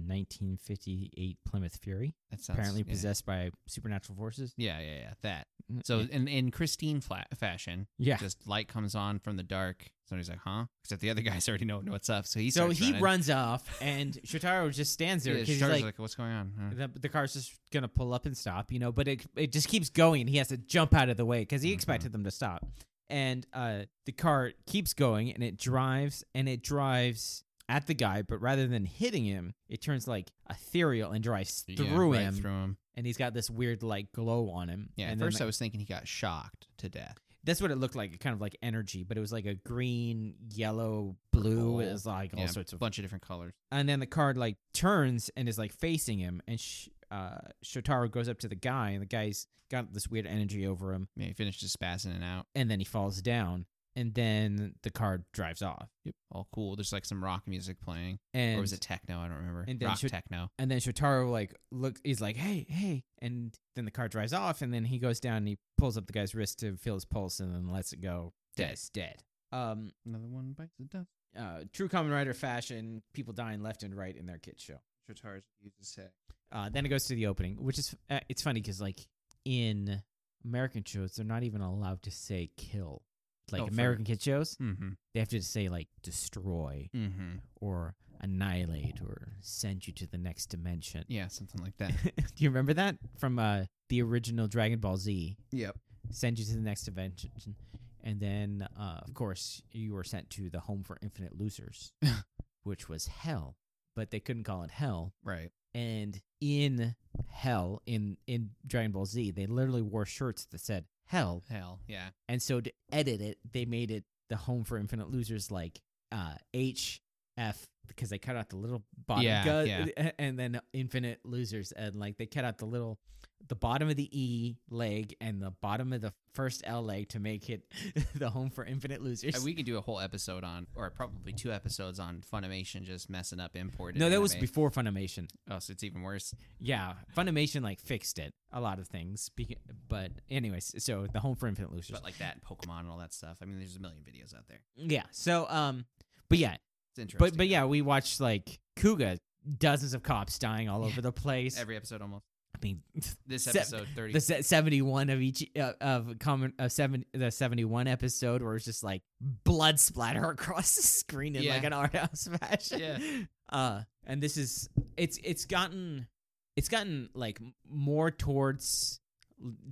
[SPEAKER 1] 1958 Plymouth Fury,
[SPEAKER 2] That sounds
[SPEAKER 1] apparently
[SPEAKER 2] yeah.
[SPEAKER 1] possessed by supernatural forces.
[SPEAKER 2] Yeah, yeah, yeah. That. So in in Christine fla- fashion,
[SPEAKER 1] yeah.
[SPEAKER 2] just light comes on from the dark. Somebody's like, huh? Except the other guys already know what's up, so he
[SPEAKER 1] so
[SPEAKER 2] starts
[SPEAKER 1] he
[SPEAKER 2] running.
[SPEAKER 1] runs off, and Shotaro just stands there
[SPEAKER 2] Yeah,
[SPEAKER 1] 'cause he's
[SPEAKER 2] Char's
[SPEAKER 1] like,
[SPEAKER 2] like, what's going on? Huh?
[SPEAKER 1] the, the car's just gonna pull up and stop, you know. But it it just keeps going. He has to jump out of the way because he
[SPEAKER 2] Mhm.
[SPEAKER 1] expected them to stop, and uh, the car keeps going and it drives and it drives at the guy, but rather than hitting him, it turns like ethereal and drives
[SPEAKER 2] Yeah,
[SPEAKER 1] through
[SPEAKER 2] right
[SPEAKER 1] him,
[SPEAKER 2] through him.
[SPEAKER 1] and he's got this weird like glow on him.
[SPEAKER 2] Yeah.
[SPEAKER 1] and
[SPEAKER 2] at
[SPEAKER 1] then,
[SPEAKER 2] first, I
[SPEAKER 1] like-
[SPEAKER 2] was thinking he got shocked to death.
[SPEAKER 1] that's what it looked like, kind of like energy, but it was like a green, yellow, blue. It
[SPEAKER 2] Purple.
[SPEAKER 1] was like all
[SPEAKER 2] yeah,
[SPEAKER 1] sorts of
[SPEAKER 2] bunch of different colors.
[SPEAKER 1] and then the card like turns and is like facing him and sh- uh shotaro goes up to the guy and the guy's got this weird energy over him
[SPEAKER 2] Yeah, he finished just spazzing it out.
[SPEAKER 1] and then he falls down and then the card drives off
[SPEAKER 2] Yep. All cool. There's like some rock music playing,
[SPEAKER 1] and
[SPEAKER 2] or was it techno? I don't remember.
[SPEAKER 1] and then
[SPEAKER 2] rock
[SPEAKER 1] should-
[SPEAKER 2] techno.
[SPEAKER 1] and then shotaro like look he's like hey hey and then the card drives off and then he goes down and he pulls up the guy's wrist to feel his pulse and then lets it go
[SPEAKER 2] Dead.
[SPEAKER 1] It's dead um
[SPEAKER 2] Another one bites the dust.
[SPEAKER 1] uh true common rider fashion people dying left and right in their kid show
[SPEAKER 2] Guitars uses it.
[SPEAKER 1] Uh, then it goes to the opening, which is uh, it's funny because like in American shows, they're not even allowed to say kill. Like
[SPEAKER 2] Oh, for-
[SPEAKER 1] American kid shows,
[SPEAKER 2] Mm-hmm.
[SPEAKER 1] they have to say like destroy
[SPEAKER 2] Mm-hmm.
[SPEAKER 1] or annihilate or send you to the next dimension.
[SPEAKER 2] Yeah, something like that.
[SPEAKER 1] Do you remember that from uh, the original Dragon Ball Z?
[SPEAKER 2] yep.
[SPEAKER 1] Send you to the next dimension, and then uh, of course you were sent to the home for infinite losers, which was hell. But they couldn't call it hell
[SPEAKER 2] Right.
[SPEAKER 1] and in hell in in Dragon Ball Z, they literally wore shirts that said hell,
[SPEAKER 2] Hell, yeah.
[SPEAKER 1] and so to edit it, they made it the home for infinite losers like uh H F because they cut out the little bottom
[SPEAKER 2] Yeah,
[SPEAKER 1] gu-
[SPEAKER 2] yeah.
[SPEAKER 1] and then infinite losers and like they cut out the little the bottom of the E leg and the bottom of the first L leg to make it the home for infinite losers.
[SPEAKER 2] Uh, We could do a whole episode on, or probably two episodes on Funimation just messing up imported.
[SPEAKER 1] no, that was
[SPEAKER 2] anime.
[SPEAKER 1] before Funimation.
[SPEAKER 2] Oh, so it's even worse.
[SPEAKER 1] Yeah, Funimation like fixed it a lot of things, beca- but anyways, so the home for infinite losers.
[SPEAKER 2] But like that and Pokemon and all that stuff. I mean, there's a million videos out there.
[SPEAKER 1] yeah, so um, but yeah,
[SPEAKER 2] It's interesting.
[SPEAKER 1] but but yeah, we watched like Kuga, dozens of cops dying all
[SPEAKER 2] Yeah.
[SPEAKER 1] over the place.
[SPEAKER 2] every episode almost.
[SPEAKER 1] I mean,
[SPEAKER 2] This
[SPEAKER 1] Seven-
[SPEAKER 2] episode thirty.
[SPEAKER 1] the se- seventy-one of each uh, of common of seven the seventy-one episode where it's just like blood splatter across the screen in
[SPEAKER 2] Yeah.
[SPEAKER 1] like an art house fashion.
[SPEAKER 2] Yeah.
[SPEAKER 1] Uh, and this is it's it's gotten it's gotten like m- more towards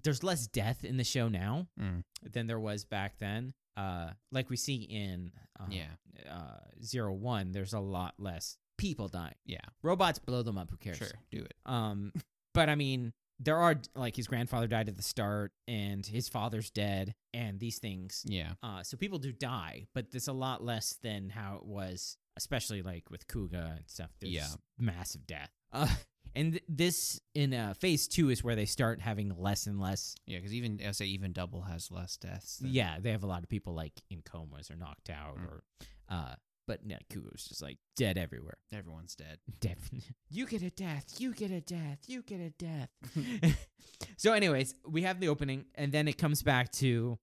[SPEAKER 1] there's less death in the show now
[SPEAKER 2] Mm.
[SPEAKER 1] than there was back then. Uh, like we see in um,
[SPEAKER 2] yeah,
[SPEAKER 1] uh, zero one, there's a lot less people dying.
[SPEAKER 2] yeah,
[SPEAKER 1] Robots blow them up. Who cares?
[SPEAKER 2] sure, do it.
[SPEAKER 1] Um, but I mean, there are like his grandfather died at the start, and his father's dead, and these things.
[SPEAKER 2] Yeah,
[SPEAKER 1] Uh, so people do die, but there's a lot less than how it was, especially like with Kuga and stuff. There's
[SPEAKER 2] Yeah.
[SPEAKER 1] massive death. Uh, and th- this in uh, phase two is where they start having less and less.
[SPEAKER 2] yeah, because even I say even double has less deaths. than-
[SPEAKER 1] Yeah, they have a lot of people like in comas or knocked out,
[SPEAKER 2] Mm.
[SPEAKER 1] or uh, but yeah, Kuga's just like dead everywhere.
[SPEAKER 2] everyone's dead.
[SPEAKER 1] Definitely. You get a death. You get a death. You get a death. so, anyways, we have the opening, and then it comes back to,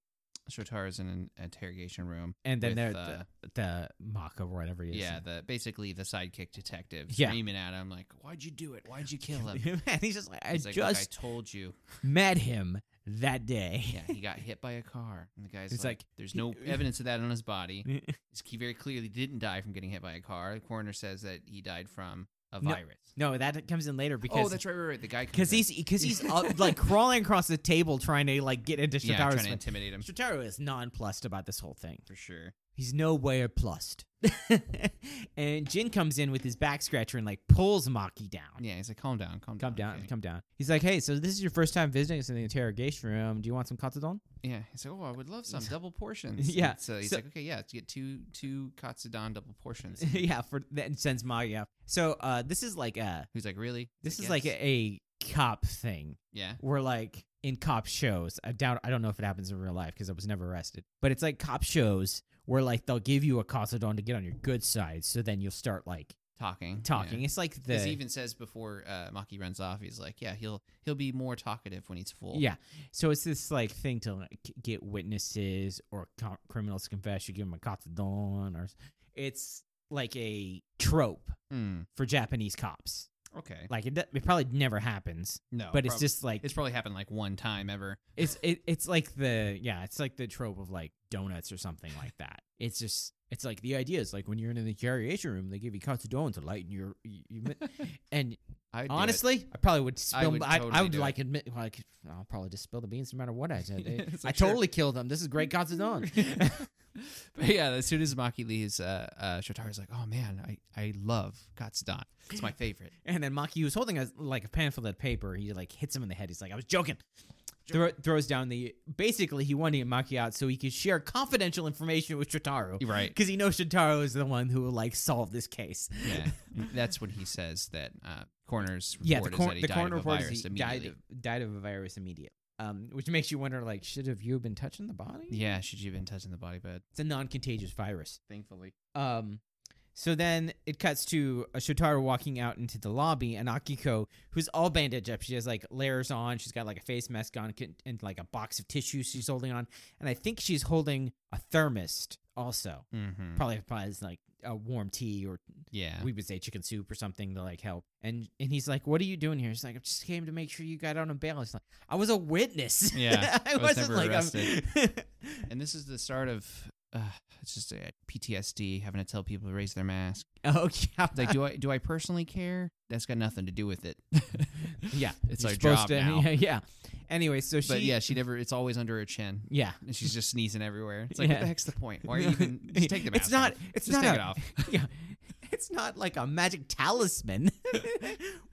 [SPEAKER 2] Shotaro's in an interrogation room.
[SPEAKER 1] and then
[SPEAKER 2] With,
[SPEAKER 1] there
[SPEAKER 2] uh,
[SPEAKER 1] the, the mock or whatever he is.
[SPEAKER 2] Yeah, the basically the sidekick detective
[SPEAKER 1] Yeah.
[SPEAKER 2] screaming at him like, "Why'd you do it? Why'd you kill him?"
[SPEAKER 1] and he's just like, I
[SPEAKER 2] He's like, "Look,
[SPEAKER 1] just
[SPEAKER 2] I told you.
[SPEAKER 1] met him that day.
[SPEAKER 2] Yeah, he got hit by a car. And the guy's
[SPEAKER 1] It's
[SPEAKER 2] like,
[SPEAKER 1] like,
[SPEAKER 2] there's
[SPEAKER 1] he-
[SPEAKER 2] no evidence of that on his body. He's- He very clearly didn't die from getting hit by a car. The coroner says that he died from a
[SPEAKER 1] No,
[SPEAKER 2] virus.
[SPEAKER 1] no, that comes in later
[SPEAKER 2] oh,
[SPEAKER 1] because
[SPEAKER 2] that's right, right, right. The guy comes
[SPEAKER 1] cause
[SPEAKER 2] in.
[SPEAKER 1] he's because he's up, like crawling across the table trying to like get into
[SPEAKER 2] yeah, trying
[SPEAKER 1] Shotaro's.
[SPEAKER 2] to
[SPEAKER 1] Yeah,
[SPEAKER 2] intimidate him
[SPEAKER 1] Shotaro is nonplussed about this whole thing.
[SPEAKER 2] for sure.
[SPEAKER 1] He's nowhere plussed. and Jin comes in with his back scratcher and like pulls Maki down.
[SPEAKER 2] Yeah, he's like, calm down, calm down,
[SPEAKER 1] Come down,
[SPEAKER 2] okay."
[SPEAKER 1] come down. He's like, hey, so this is your first time visiting us in the interrogation room. Do you want some katsudon?
[SPEAKER 2] Yeah, he's like, oh, I would love some double portions.
[SPEAKER 1] Yeah,
[SPEAKER 2] And so he's
[SPEAKER 1] so-
[SPEAKER 2] like, okay, yeah, let's get two two katsudon double portions.
[SPEAKER 1] yeah, for then sends Maki up. So uh, this is like a
[SPEAKER 2] He's like, really?
[SPEAKER 1] this
[SPEAKER 2] He's
[SPEAKER 1] is like
[SPEAKER 2] "Yes."
[SPEAKER 1] a, a cop thing.
[SPEAKER 2] yeah,
[SPEAKER 1] Where like in cop shows, I doubt I don't know if it happens in real life because I was never arrested, but it's like cop shows where like they'll give you a katsudon to get on your good side, so then you'll start like
[SPEAKER 2] talking, yeah.
[SPEAKER 1] talking. It's like the
[SPEAKER 2] 'Cause he even says before uh, Maki runs off, he's like, "Yeah, he'll he'll be more talkative when he's full."
[SPEAKER 1] Yeah. So it's this like thing to like get witnesses or co- criminals to confess. You give them a katsudon, or it's like a trope
[SPEAKER 2] Hmm,
[SPEAKER 1] for Japanese cops.
[SPEAKER 2] okay.
[SPEAKER 1] Like it, do- it probably never happens,
[SPEAKER 2] no,
[SPEAKER 1] but it's
[SPEAKER 2] Oh, prob-
[SPEAKER 1] just like
[SPEAKER 2] it's probably happened like one time ever.
[SPEAKER 1] it's it, it's like the yeah, it's like the trope of like donuts or something like that. It's just. It's like the idea is like when you're in the interrogation room, they give you katsudon to lighten your. You, you, and
[SPEAKER 2] I
[SPEAKER 1] honestly, I probably would spill. I
[SPEAKER 2] would
[SPEAKER 1] would, I,
[SPEAKER 2] totally
[SPEAKER 1] would
[SPEAKER 2] do
[SPEAKER 1] like admit, like I'll probably just spill the beans no matter what I said. dude.
[SPEAKER 2] It's
[SPEAKER 1] I
[SPEAKER 2] like, sure.
[SPEAKER 1] totally killed them. This is great Katsudon.
[SPEAKER 2] but yeah, as soon as Maki leaves, uh, uh, Shotaro's like, "Oh man, I I love Katsudon. It's my favorite."
[SPEAKER 1] and then Maki was holding a like a pamphlet of paper. He like hits him in the head. He's like, I was joking. Thro- throws down the basically he wanted to get Maki out so he could share confidential information with Shotaro.
[SPEAKER 2] Right.
[SPEAKER 1] Because he knows Shotaro is the one who will like solve this case.
[SPEAKER 2] Yeah, that's when he says that uh, coroner's report
[SPEAKER 1] Yeah, the, cor-
[SPEAKER 2] is that he
[SPEAKER 1] the
[SPEAKER 2] died
[SPEAKER 1] coroner
[SPEAKER 2] of a
[SPEAKER 1] report
[SPEAKER 2] virus
[SPEAKER 1] is he died
[SPEAKER 2] immediately.
[SPEAKER 1] of, died of a virus immediately. Um, which makes you wonder, like, should have you been touching the body?
[SPEAKER 2] yeah, should you have been touching the body bed?
[SPEAKER 1] It's a non-contagious virus.
[SPEAKER 2] Thankfully,
[SPEAKER 1] Um, so then it cuts to uh, Shotaro walking out into the lobby, and Akiko, who's all bandaged up, she has like layers on. She's got like a face mask on con- and like a box of tissue she's holding on, and I think she's holding a thermist also.
[SPEAKER 2] mm-hmm.
[SPEAKER 1] Probably applies like a warm tea or
[SPEAKER 2] yeah,
[SPEAKER 1] we would say chicken soup or something to like help. And and he's like, "What are you doing here?" He's like, "I just came to make sure you got out on bail." He's like, "I was a witness.
[SPEAKER 2] Yeah,
[SPEAKER 1] I,
[SPEAKER 2] I was
[SPEAKER 1] wasn't
[SPEAKER 2] never
[SPEAKER 1] like I'm-
[SPEAKER 2] arrested. and this is the start of uh, it's just uh, PTSD having to tell people to raise their mask.
[SPEAKER 1] oh yeah,
[SPEAKER 2] It's like, do I do I personally care? That's got nothing to do with it.
[SPEAKER 1] yeah.
[SPEAKER 2] it's
[SPEAKER 1] You're
[SPEAKER 2] our
[SPEAKER 1] supposed
[SPEAKER 2] job
[SPEAKER 1] to-
[SPEAKER 2] now.
[SPEAKER 1] Yeah, yeah. Anyway, so she
[SPEAKER 2] But yeah, she never. It's always under her chin,
[SPEAKER 1] Yeah.
[SPEAKER 2] and she's just sneezing everywhere. It's like,
[SPEAKER 1] Yeah.
[SPEAKER 2] what the heck's the point? Why are you even just take the mask?
[SPEAKER 1] It's not.
[SPEAKER 2] off.
[SPEAKER 1] It's
[SPEAKER 2] just
[SPEAKER 1] not
[SPEAKER 2] take
[SPEAKER 1] a-
[SPEAKER 2] it off.
[SPEAKER 1] Yeah. it's not like a magic talisman.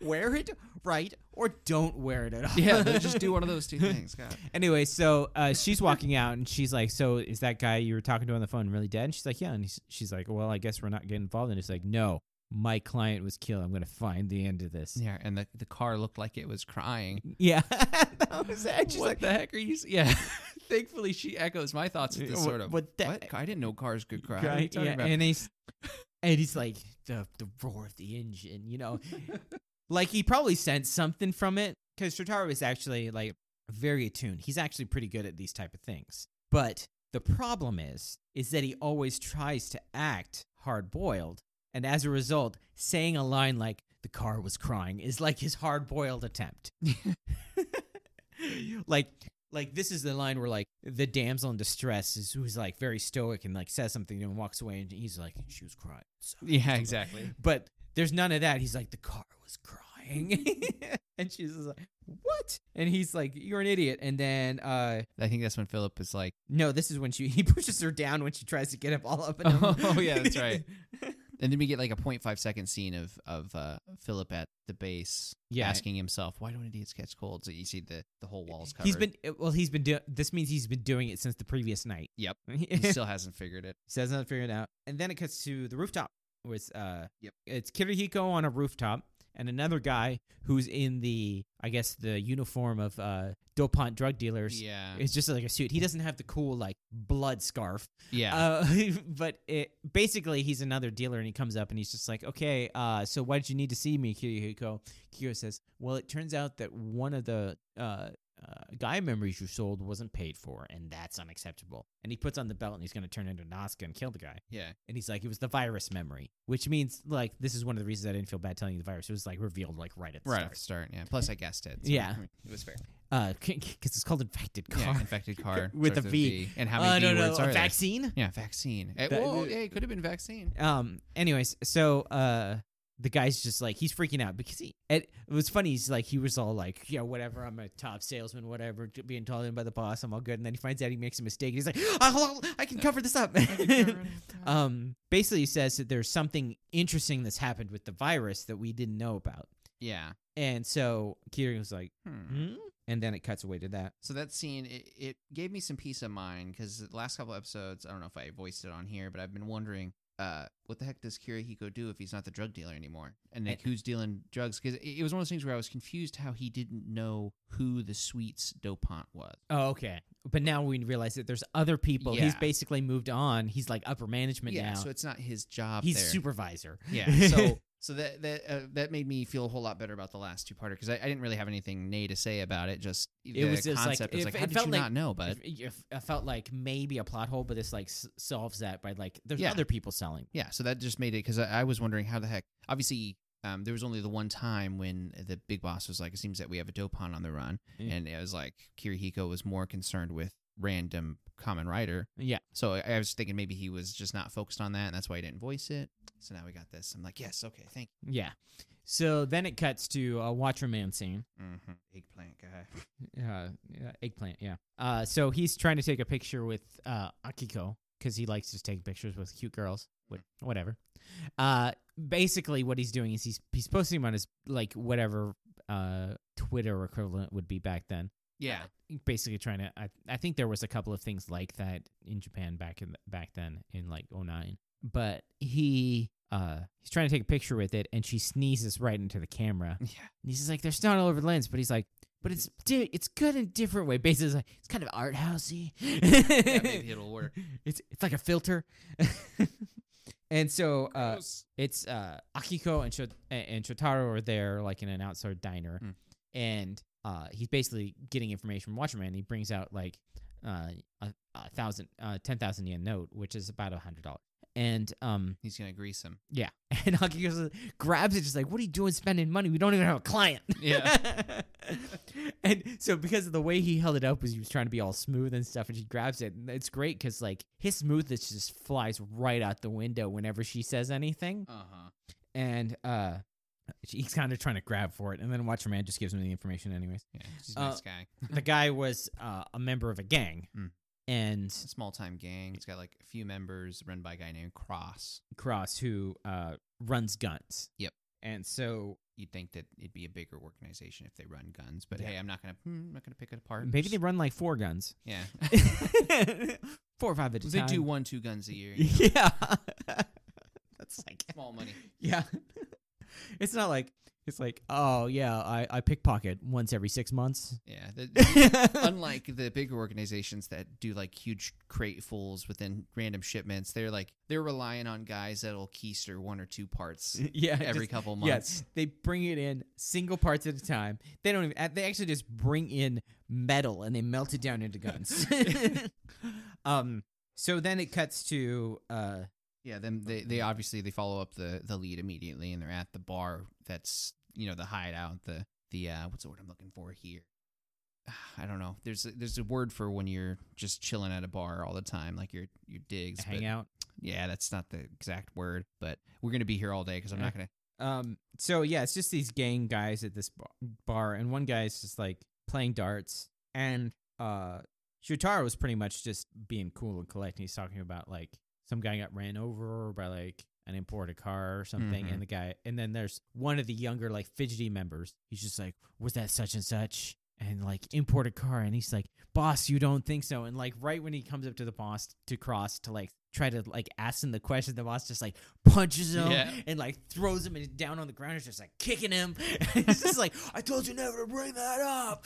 [SPEAKER 1] wear it right or don't wear it at all.
[SPEAKER 2] Yeah, they just do one of those two things. God.
[SPEAKER 1] Anyway, so uh, she's walking out and she's like, "So is that guy you were talking to on the phone really dead?" And she's like, "Yeah." And he's, she's like, "Well, I guess we're not getting involved." And he's like, "No, my client was killed. I'm gonna find the end of this."
[SPEAKER 2] Yeah, and the, the car looked like it was crying.
[SPEAKER 1] Yeah, that was it. She's
[SPEAKER 2] what
[SPEAKER 1] like,
[SPEAKER 2] the heck are you? s- Yeah. Thankfully, she echoes my thoughts with this
[SPEAKER 1] What-
[SPEAKER 2] sort of.
[SPEAKER 1] what the-
[SPEAKER 2] what? I didn't know cars could cry. What are you
[SPEAKER 1] Right,
[SPEAKER 2] talking
[SPEAKER 1] yeah,
[SPEAKER 2] about?
[SPEAKER 1] and he's and he's like the the roar of the engine, you know, like he probably sensed something from it because Shotaro is actually like very attuned. He's actually pretty good at these type of things. But the problem is, is that he always tries to act hard boiled, and as a result, saying a line like "the car was crying" is like his hard boiled attempt. like like this is the line where like the damsel in distress is who's like very stoic and like says something to him and walks away and he's like she was crying so
[SPEAKER 2] yeah, exactly.
[SPEAKER 1] but there's none of that he's like the car was crying and she's just like what and he's like you're an idiot and then uh
[SPEAKER 2] I think that's when Philip is like,
[SPEAKER 1] no this is when she he pushes her down when she tries to get up all up and him.
[SPEAKER 2] Oh, yeah, that's right. and then we get like a 0.5 second scene of of uh, Philip at the base
[SPEAKER 1] Yeah.
[SPEAKER 2] asking himself, "Why don't idiots catch colds?" So you see the the whole wall's covered.
[SPEAKER 1] he's been eh, well he's been do- this means he's been doing it since the previous night
[SPEAKER 2] Yep. He still hasn't figured it.
[SPEAKER 1] Says not figuring it out. And then it cuts to the rooftop. With uh,
[SPEAKER 2] Yep.
[SPEAKER 1] it's Kirihiko on a rooftop and another guy who's in the, I guess, the uniform of uh, dopant drug dealers.
[SPEAKER 2] Yeah.
[SPEAKER 1] It's just like a suit. He doesn't have the cool like blood scarf.
[SPEAKER 2] Yeah.
[SPEAKER 1] Uh, but it, basically, he's another dealer, and he comes up and he's just like, "Okay, uh, so why did you need to see me, Kirihiko?" Kyo says, "Well, it turns out that one of the uh, uh, guy memories you sold wasn't paid for, and that's unacceptable." And he puts on the belt, and he's going to turn into Nazca and kill the guy.
[SPEAKER 2] yeah.
[SPEAKER 1] And he's like, "It was the virus memory," which means like this is one of the reasons I didn't feel bad telling you the virus. It was like revealed like right at the
[SPEAKER 2] Right off
[SPEAKER 1] start,
[SPEAKER 2] the start. Yeah. Plus, I guessed it.
[SPEAKER 1] Yeah.
[SPEAKER 2] I mean, It was fair.
[SPEAKER 1] because it's called infected car.
[SPEAKER 2] Yeah. Infected car
[SPEAKER 1] With
[SPEAKER 2] starts
[SPEAKER 1] a V.
[SPEAKER 2] And how
[SPEAKER 1] Uh,
[SPEAKER 2] many
[SPEAKER 1] no,
[SPEAKER 2] V
[SPEAKER 1] no,
[SPEAKER 2] words
[SPEAKER 1] a
[SPEAKER 2] are there?
[SPEAKER 1] vaccine.
[SPEAKER 2] Yeah, vaccine. Eh,
[SPEAKER 1] That-
[SPEAKER 2] well, yeah, it could have been vaccine.
[SPEAKER 1] um anyways so uh the guy's just like he's freaking out because he it, it was funny he's like he was all like yeah whatever i'm a top salesman whatever j- being told in by the boss i'm all good and then he finds out he makes a mistake and he's like oh, i can cover this up um basically he says that there's something interesting that's happened with the virus that we didn't know about
[SPEAKER 2] yeah.
[SPEAKER 1] and so Kieran was like
[SPEAKER 2] Hmm.
[SPEAKER 1] hmm? and then it cuts away to that
[SPEAKER 2] So that scene, it, it gave me some peace of mind because the last couple episodes, I don't know if I voiced it on here, but I've been wondering, uh, what the heck does Kirihiko do if he's not the drug dealer anymore? And like, who's dealing drugs? Because it, it was one of those things where I was confused how he didn't know who the sweets dopant was.
[SPEAKER 1] oh okay but now we realize that there's other people he's
[SPEAKER 2] Yeah.
[SPEAKER 1] basically moved on he's like upper management
[SPEAKER 2] yeah,
[SPEAKER 1] now
[SPEAKER 2] so it's not his job.
[SPEAKER 1] he's
[SPEAKER 2] there.
[SPEAKER 1] supervisor
[SPEAKER 2] Yeah. So so that that uh, that made me feel a whole lot better about the last two parter because I, I didn't really have anything nay to say about it. Just the
[SPEAKER 1] was just like-
[SPEAKER 2] concept was
[SPEAKER 1] it-
[SPEAKER 2] like,
[SPEAKER 1] it
[SPEAKER 2] how did
[SPEAKER 1] felt
[SPEAKER 2] you
[SPEAKER 1] like-
[SPEAKER 2] not know? But
[SPEAKER 1] If- if- I felt like maybe a plot hole, but this like s- solves that by like there's
[SPEAKER 2] Yeah.
[SPEAKER 1] other people selling.
[SPEAKER 2] yeah, so that just made it because I, I was wondering how the heck. Obviously, um, there was only the one time when the big boss was like, "It seems that we have a dopon on the run,"
[SPEAKER 1] Mm.
[SPEAKER 2] and it was like Kirihiko was more concerned with random common writer.
[SPEAKER 1] Yeah.
[SPEAKER 2] So I, I was thinking maybe he was just not focused on that, and that's why he didn't voice it. So now we got this. I'm like, yes, okay, thank
[SPEAKER 1] Yeah. So then it cuts to a Watcherman scene.
[SPEAKER 2] you. Mm-hmm. Eggplant guy.
[SPEAKER 1] Uh, yeah, eggplant, yeah. Uh, so he's trying to take a picture with uh, Akiko because he likes to take pictures with cute girls. What, whatever. Uh, basically, what he's doing is he's he's posting them on his like whatever uh Twitter equivalent would be back then.
[SPEAKER 2] Yeah.
[SPEAKER 1] basically trying to I, I think there was a couple of things like that in Japan back in back then in like '09. but he uh he's trying to take a picture with it and she sneezes right into the camera
[SPEAKER 2] Yeah.
[SPEAKER 1] and he's just like there's not all over the lens but he's like but it's di- it's good in a different way basically it's, like, it's kind of art housey
[SPEAKER 2] yeah maybe it'll work.
[SPEAKER 1] it's it's like a filter and so uh
[SPEAKER 2] Gross.
[SPEAKER 1] it's uh Akiko and Shot- and Shotaro are there like in an outside diner,
[SPEAKER 2] Mm.
[SPEAKER 1] and uh he's basically getting information from Watchman. He brings out like uh a, a thousand uh ten thousand yen note, which is about a hundred dollars, and um
[SPEAKER 2] He's gonna grease him.
[SPEAKER 1] yeah, and Akiko grabs it, just like what are you doing spending money? We don't even have a client. Yeah. and so because of the way he held it up was he was trying to be all smooth and stuff and she grabs it and it's great because like his smoothness just flies right out the window whenever she says anything
[SPEAKER 2] Uh huh.
[SPEAKER 1] and uh he's kind of trying to grab for it and then watcher man just gives him the information anyways
[SPEAKER 2] Yeah. He's a
[SPEAKER 1] Uh,
[SPEAKER 2] nice guy.
[SPEAKER 1] the guy was uh, a member of a gang
[SPEAKER 2] Mm.
[SPEAKER 1] and
[SPEAKER 2] It's a small time gang. It's got like a few members run by a guy named Cross.
[SPEAKER 1] cross who uh runs guns.
[SPEAKER 2] Yep.
[SPEAKER 1] And so
[SPEAKER 2] You'd think that it'd be a bigger organization if they run guns, but
[SPEAKER 1] Yeah.
[SPEAKER 2] hey, I'm not gonna, hmm, I'm not gonna pick it apart.
[SPEAKER 1] maybe they run like four guns,
[SPEAKER 2] yeah,
[SPEAKER 1] four or five at a
[SPEAKER 2] they
[SPEAKER 1] time.
[SPEAKER 2] do one, two guns a year. you know?
[SPEAKER 1] Yeah. That's like
[SPEAKER 2] Small money.
[SPEAKER 1] Yeah. It's not like it's like, oh yeah, I, I pickpocket once every six months.
[SPEAKER 2] Yeah, the-
[SPEAKER 1] yeah.
[SPEAKER 2] unlike the bigger organizations that do like huge cratefuls within random shipments, they're like they're relying on guys that'll keister one or two parts every
[SPEAKER 1] just-
[SPEAKER 2] couple months.
[SPEAKER 1] Yes, they bring it in single parts at a time. They don't even. uh, They actually just bring in metal and they melt it down into guns. um. So then it cuts to uh,
[SPEAKER 2] Yeah, then they, they obviously they follow up the the lead immediately, and they're at the bar that's you know the hideout, the the uh, what's the word I'm looking for here? I don't know. There's a, there's a word for when you're just chilling at a bar all the time, like your your digs. but-
[SPEAKER 1] hangout.
[SPEAKER 2] Yeah, that's not the exact word, but we're gonna be here all day because I'm not gonna.
[SPEAKER 1] Um. So yeah, it's just these gang guys at this ba- bar, and one guy's just like playing darts, and uh, Shutaro was pretty much just being cool and collecting. He's talking about like some guy got ran over by like an imported car or something,
[SPEAKER 2] Mhm.
[SPEAKER 1] and the guy, and then there's one of the younger like fidgety members. He's just like, "Was that such and such?" And like imported car, and he's like, "Boss, you don't think so?" And like right when he comes up to the boss to cross to like try to like ask him the question, the boss just like punches him
[SPEAKER 2] Yeah.
[SPEAKER 1] and like throws him and down on the ground. Is just like kicking him. He's just like, "I told you never to bring that up."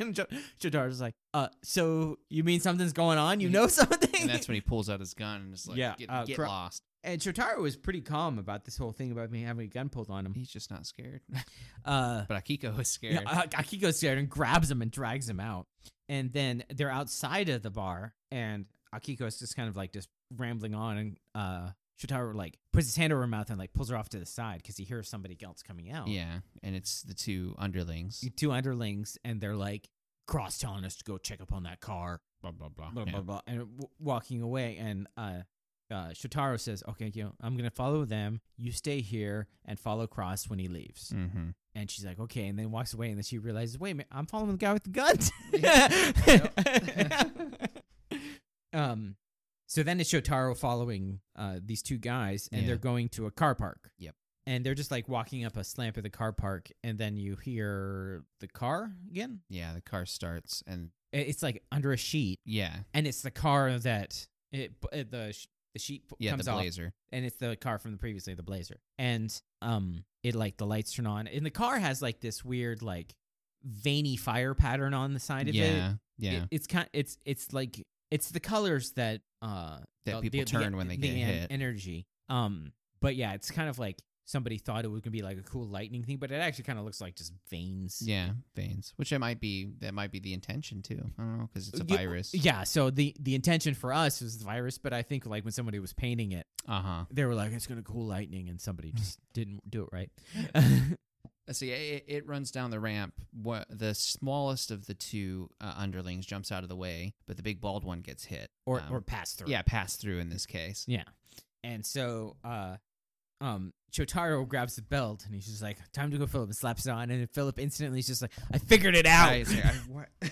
[SPEAKER 1] and jo- Jotaro's like, "Uh, so you mean something's going on? You know something?"
[SPEAKER 2] Mm. And that's when he pulls out his gun and is like,
[SPEAKER 1] Yeah,
[SPEAKER 2] get,
[SPEAKER 1] uh,
[SPEAKER 2] get
[SPEAKER 1] cro-
[SPEAKER 2] lost.
[SPEAKER 1] And Shotaro was pretty calm about this whole thing about me having a gun pulled on him.
[SPEAKER 2] He's just not scared.
[SPEAKER 1] Uh,
[SPEAKER 2] but Akiko is scared.
[SPEAKER 1] Yeah, uh, Akiko's scared and grabs him and drags him out. And then they're outside of the bar, and Akiko's just kind of like just rambling on. And uh, Shotaro like puts his hand over her mouth and like pulls her off to the side because he hears somebody else coming out.
[SPEAKER 2] Yeah, and it's the two underlings.
[SPEAKER 1] Two underlings, and they're like cross telling us to go check up on that car,
[SPEAKER 2] Blah blah blah.
[SPEAKER 1] blah, blah, blah, and w- walking away. And uh, uh, Shotaro says, Okay, you know, I'm going to follow them. You stay here and follow Cross when he leaves.
[SPEAKER 2] Mm-hmm.
[SPEAKER 1] And she's like, okay, and then walks away, and then she realizes, wait a minute, I'm following the guy with the guns. um, so then it's Shotaro following uh, these two guys, and
[SPEAKER 2] Yeah.
[SPEAKER 1] they're going to a car park.
[SPEAKER 2] Yep.
[SPEAKER 1] And they're just like walking up a slant of the car park, and then you hear the car again.
[SPEAKER 2] Yeah, the car starts, and
[SPEAKER 1] I- It's like under a sheet,
[SPEAKER 2] yeah,
[SPEAKER 1] and it's the car that it, it the sh- the sheet p-
[SPEAKER 2] yeah,
[SPEAKER 1] comes
[SPEAKER 2] the
[SPEAKER 1] off,
[SPEAKER 2] blazer.
[SPEAKER 1] and it's the car from the previously the blazer and um it like the lights turn on and the car has like this weird like veiny fire pattern on the side of it.
[SPEAKER 2] Yeah,
[SPEAKER 1] It-
[SPEAKER 2] yeah,
[SPEAKER 1] it's kind it's it's like it's the colors that uh
[SPEAKER 2] That
[SPEAKER 1] the-
[SPEAKER 2] people
[SPEAKER 1] the- the-
[SPEAKER 2] turn when they
[SPEAKER 1] the
[SPEAKER 2] get
[SPEAKER 1] en-
[SPEAKER 2] hit.
[SPEAKER 1] energy um but yeah it's kind of like somebody thought it was gonna be like a cool lightning thing but it actually kind of looks like just veins
[SPEAKER 2] yeah. Veins, which it might be. That might be the intention too. I don't know because it's a
[SPEAKER 1] You-
[SPEAKER 2] virus.
[SPEAKER 1] yeah so the the intention for us was the virus but I think like when somebody was painting it
[SPEAKER 2] Uh huh.
[SPEAKER 1] they were like it's gonna cool lightning and somebody just didn't do it right
[SPEAKER 2] See, it, it runs down the ramp. What the smallest of the two uh, underlings jumps out of the way, but the big bald one gets hit.
[SPEAKER 1] or
[SPEAKER 2] Um,
[SPEAKER 1] or pass through
[SPEAKER 2] yeah, pass through in this case.
[SPEAKER 1] Yeah. And so uh um Chotaro grabs the belt and he's just like, time to go Philip and slaps it on and then Philip instantly is just like, I figured it out.
[SPEAKER 2] I, it's like, I, what?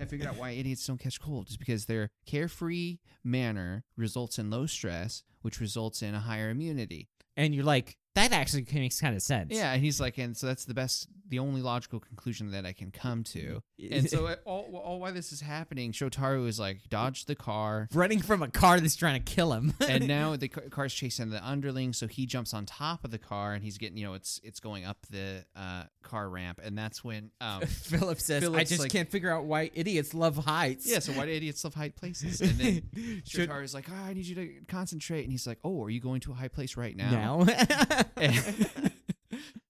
[SPEAKER 2] I figured out why idiots don't catch colds is because their carefree manner results in low stress, which results in a higher immunity.
[SPEAKER 1] and you're like, that actually makes kind of sense.
[SPEAKER 2] Yeah, and he's like, and so that's the best, the only logical conclusion that I can come to. And so it- all, all why this is happening, Shotaro is like dodged the car,
[SPEAKER 1] running from a car that's trying to kill him.
[SPEAKER 2] and now the ca- car's chasing the underling, so he jumps on top of the car, and he's getting, you know, it's it's going up the uh, car ramp, and that's when, um,
[SPEAKER 1] Philip says, I
[SPEAKER 2] Philip's
[SPEAKER 1] just
[SPEAKER 2] like-
[SPEAKER 1] can't figure out why idiots love heights.
[SPEAKER 2] yeah, so why do idiots love high places? And then
[SPEAKER 1] Should-
[SPEAKER 2] Shotaro's like, oh, I need you to concentrate, and he's like, oh, are you going to a high place right now?
[SPEAKER 1] now.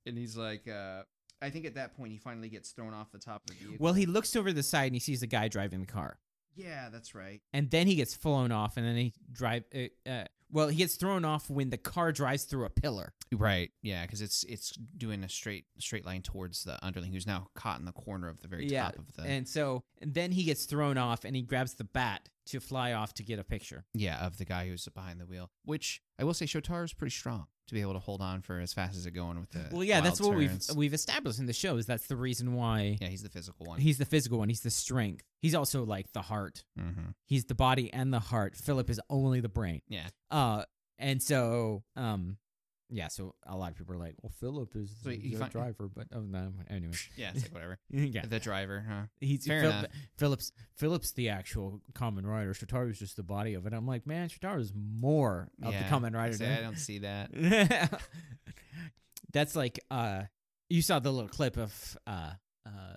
[SPEAKER 2] and he's like, uh, I think at that point he finally gets thrown off the top of the vehicle.
[SPEAKER 1] well, he looks over the side and he sees the guy driving the car.
[SPEAKER 2] yeah, that's right.
[SPEAKER 1] and then he gets flown off and then he drive uh, uh, well he gets thrown off when the car drives through a pillar
[SPEAKER 2] Right, yeah, because it's it's doing a straight straight line towards the underling, who's now caught in the corner of the very
[SPEAKER 1] Yeah,
[SPEAKER 2] top of the
[SPEAKER 1] and so and then he gets thrown off and he grabs the bat to fly off to get a picture
[SPEAKER 2] yeah of the guy who's behind the wheel. Which I will say, Shotar is pretty strong to be able to hold on for as fast as it going with the.
[SPEAKER 1] well yeah that's
[SPEAKER 2] wild
[SPEAKER 1] what we've
[SPEAKER 2] turns.
[SPEAKER 1] we've established in the show is that's the reason why
[SPEAKER 2] Yeah, he's the physical one.
[SPEAKER 1] he's the physical one he's the strength he's also like the heart
[SPEAKER 2] hmm
[SPEAKER 1] he's the body and the heart philip is only the brain
[SPEAKER 2] Yeah.
[SPEAKER 1] uh And so, um, yeah. So a lot of people are like, "Well, Philip is
[SPEAKER 2] So
[SPEAKER 1] the,
[SPEAKER 2] you
[SPEAKER 1] the
[SPEAKER 2] find-
[SPEAKER 1] driver," but oh no, anyway,
[SPEAKER 2] Yeah, it's like whatever.
[SPEAKER 1] yeah.
[SPEAKER 2] The driver, huh?
[SPEAKER 1] He's
[SPEAKER 2] Fair
[SPEAKER 1] Phil-
[SPEAKER 2] enough.
[SPEAKER 1] Phillips. Phillips, the actual common writer. Shatara's just the body of it. I'm like, man, Shatara's more of
[SPEAKER 2] yeah.
[SPEAKER 1] the common writer.
[SPEAKER 2] See,
[SPEAKER 1] than-
[SPEAKER 2] I don't see that.
[SPEAKER 1] That's like uh you saw the little clip of uh uh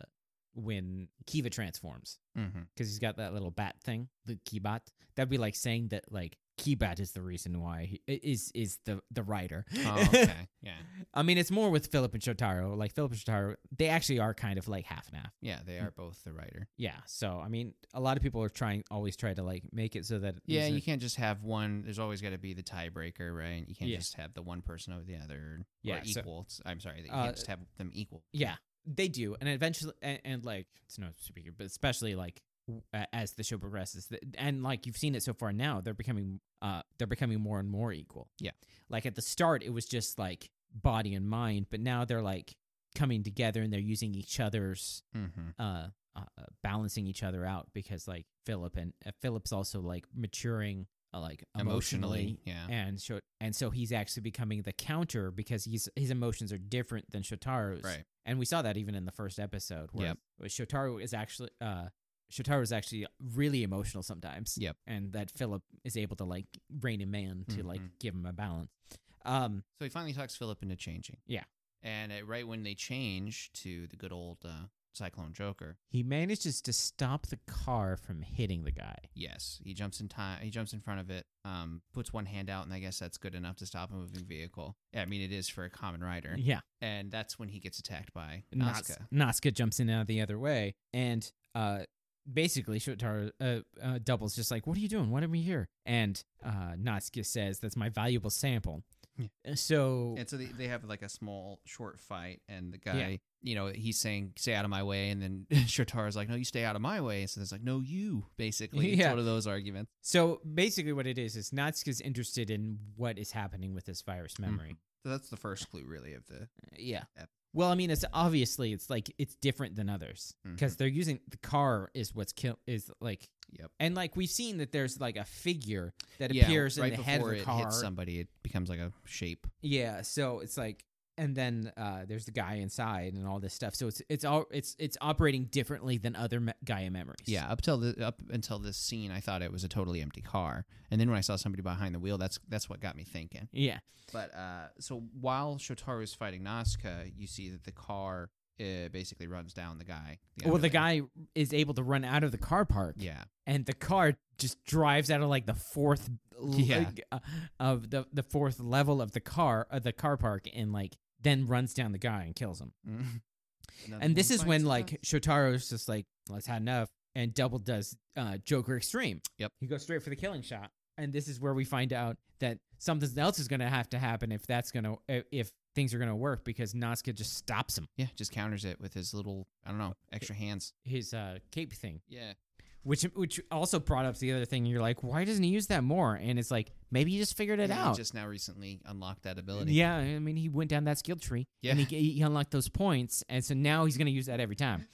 [SPEAKER 1] when Kiva transforms
[SPEAKER 2] Mm-hmm.
[SPEAKER 1] because he's got that little bat thing, the Kibat. That'd be like saying that like Kibat is the reason why he i- is is the the writer.
[SPEAKER 2] Oh, okay. Yeah.
[SPEAKER 1] I mean, it's more with Philip and Shotaro. Like Philip and Shotaro, they actually are kind of like half and half.
[SPEAKER 2] Yeah, they
[SPEAKER 1] Mm.
[SPEAKER 2] are both the writer.
[SPEAKER 1] Yeah. So I mean, a lot of people are trying always try to like make it so that
[SPEAKER 2] Yeah,
[SPEAKER 1] there's a-
[SPEAKER 2] you can't just have one. There's always got to be the tiebreaker, right? You can't
[SPEAKER 1] Yeah.
[SPEAKER 2] just have the one person over the other. or
[SPEAKER 1] Yeah, so-
[SPEAKER 2] equal. It's- I'm sorry, that you
[SPEAKER 1] Uh,
[SPEAKER 2] can't just have them equal.
[SPEAKER 1] Yeah, they do, and eventually, and, and like it's no superhero, but especially like w- a- as the show progresses, th- and like you've seen it so far now, they're becoming uh they're becoming more and more equal.
[SPEAKER 2] Yeah.
[SPEAKER 1] like at the start, it was just like body and mind, but now they're like coming together and they're using each other's
[SPEAKER 2] Mm-hmm.
[SPEAKER 1] uh, uh uh, balancing each other out because like Philip and uh, Philip's also like maturing uh, like emotionally, eh
[SPEAKER 2] Emotionally, yeah.
[SPEAKER 1] and so and so he's actually becoming the counter because he's his emotions are different than Shotaro's.
[SPEAKER 2] Right.
[SPEAKER 1] And we saw that even in the first episode where
[SPEAKER 2] Yep.
[SPEAKER 1] where Shotaro is actually uh Shotaro is actually really emotional sometimes.
[SPEAKER 2] Yep.
[SPEAKER 1] And that Philip is able to like rein him in to like
[SPEAKER 2] Mhm.
[SPEAKER 1] give him a balance. Um
[SPEAKER 2] So he finally talks Philip into changing.
[SPEAKER 1] Yeah.
[SPEAKER 2] And uh, right when they change to the good old uh, Cyclone Joker,
[SPEAKER 1] he manages to stop the car from hitting the guy.
[SPEAKER 2] yes, he jumps in time. He jumps in front of it, um, puts one hand out, and I guess that's good enough to stop a moving vehicle. Yeah, I mean, it is for a common rider.
[SPEAKER 1] Yeah.
[SPEAKER 2] And that's when he gets attacked by
[SPEAKER 1] Nas-
[SPEAKER 2] Nazca.
[SPEAKER 1] Nazca jumps in out the other way, and uh, basically Shotaro uh, uh, doubles just like, "What are you doing? Why are we here?" And uh, Natsuka says, "That's my valuable sample."
[SPEAKER 2] Yeah.
[SPEAKER 1] Uh, So
[SPEAKER 2] And so they, they have like a small short fight, and the guy,
[SPEAKER 1] Yeah.
[SPEAKER 2] you know, he's saying, "Stay out of my way," and then Shotaro's like, "No, you stay out of my way." So there's like, "No, you." Basically, it's
[SPEAKER 1] Yeah.
[SPEAKER 2] one of those arguments.
[SPEAKER 1] so basically, what it is is Natsuka's interested in what is happening with this virus
[SPEAKER 2] Mm-hmm.
[SPEAKER 1] memory.
[SPEAKER 2] So that's the first clue, really, of the
[SPEAKER 1] Yeah.
[SPEAKER 2] Yep.
[SPEAKER 1] Well, I mean, it's obviously it's like it's different than others
[SPEAKER 2] Mm-hmm.
[SPEAKER 1] because they're using the car is what's kill is like
[SPEAKER 2] yep.
[SPEAKER 1] and like we've seen that there's like a figure that
[SPEAKER 2] Yeah,
[SPEAKER 1] appears
[SPEAKER 2] right
[SPEAKER 1] in the head of
[SPEAKER 2] before
[SPEAKER 1] the car
[SPEAKER 2] it hits somebody, it becomes like a shape.
[SPEAKER 1] Yeah, so it's like and then uh there's the guy inside and all this stuff. So it's it's all it's it's operating differently than other me- Gaia memories.
[SPEAKER 2] Yeah, up till the up until this scene, I thought it was a totally empty car, and then when I saw somebody behind the wheel, that's that's what got me thinking.
[SPEAKER 1] Yeah.
[SPEAKER 2] But uh, so while Shotaru is fighting Nazca, you see that the car uh, basically runs down the guy.
[SPEAKER 1] well, the
[SPEAKER 2] underling.
[SPEAKER 1] guy is able to run out of the car park
[SPEAKER 2] Yeah,
[SPEAKER 1] and the car just drives out of like the fourth l-
[SPEAKER 2] Yeah.
[SPEAKER 1] uh, of the the fourth level of the car of the car park and like then runs down the guy and kills him.
[SPEAKER 2] Mm-hmm.
[SPEAKER 1] and this is when like Shotaro's just like, well, it's had enough, and Double does uh, Joker Extreme.
[SPEAKER 2] Yep.
[SPEAKER 1] He goes straight for the killing shot, and this is where we find out that something else is going to have to happen if that's going to if, if things are going to work because Nazca just stops him.
[SPEAKER 2] yeah, just counters it with his little I don't know extra hands.
[SPEAKER 1] His uh, cape thing,
[SPEAKER 2] Yeah,
[SPEAKER 1] which which also brought up the other thing. You're like, why doesn't he use that more? And it's like maybe he just figured it
[SPEAKER 2] he
[SPEAKER 1] out.
[SPEAKER 2] just now recently unlocked that ability.
[SPEAKER 1] Yeah, I mean, he went down that skill tree and
[SPEAKER 2] Yeah.
[SPEAKER 1] he, he unlocked those points, and so now he's going to use that every time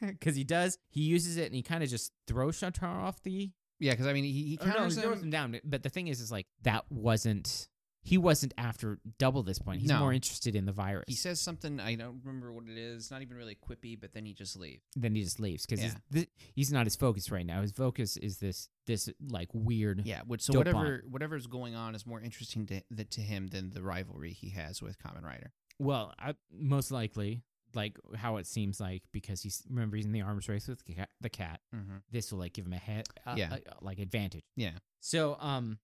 [SPEAKER 1] because he does. He uses it and he kind of just throws Shantar off the.
[SPEAKER 2] yeah, because I mean he, Oh, he
[SPEAKER 1] or Oh, no, he
[SPEAKER 2] counters
[SPEAKER 1] throws
[SPEAKER 2] him.
[SPEAKER 1] him down. But the thing is, is like that wasn't. He wasn't after double this point. He's
[SPEAKER 2] No.
[SPEAKER 1] more interested in the virus.
[SPEAKER 2] He says something I don't remember what it is. Not even really quippy, but then he just leaves.
[SPEAKER 1] then he just leaves because he's, th- he's not his focus right now. His focus is this this like weird.
[SPEAKER 2] Yeah, which so
[SPEAKER 1] Dope on.
[SPEAKER 2] whatever whatever's going on is more interesting to th- to him than the rivalry he has with Common Rider.
[SPEAKER 1] Well, I, most likely, like how it seems like because he's remember he's in the arms race with the cat. The cat.
[SPEAKER 2] Mm-hmm.
[SPEAKER 1] this will like give him a head, uh,
[SPEAKER 2] Yeah.
[SPEAKER 1] uh, like advantage.
[SPEAKER 2] Yeah.
[SPEAKER 1] So um,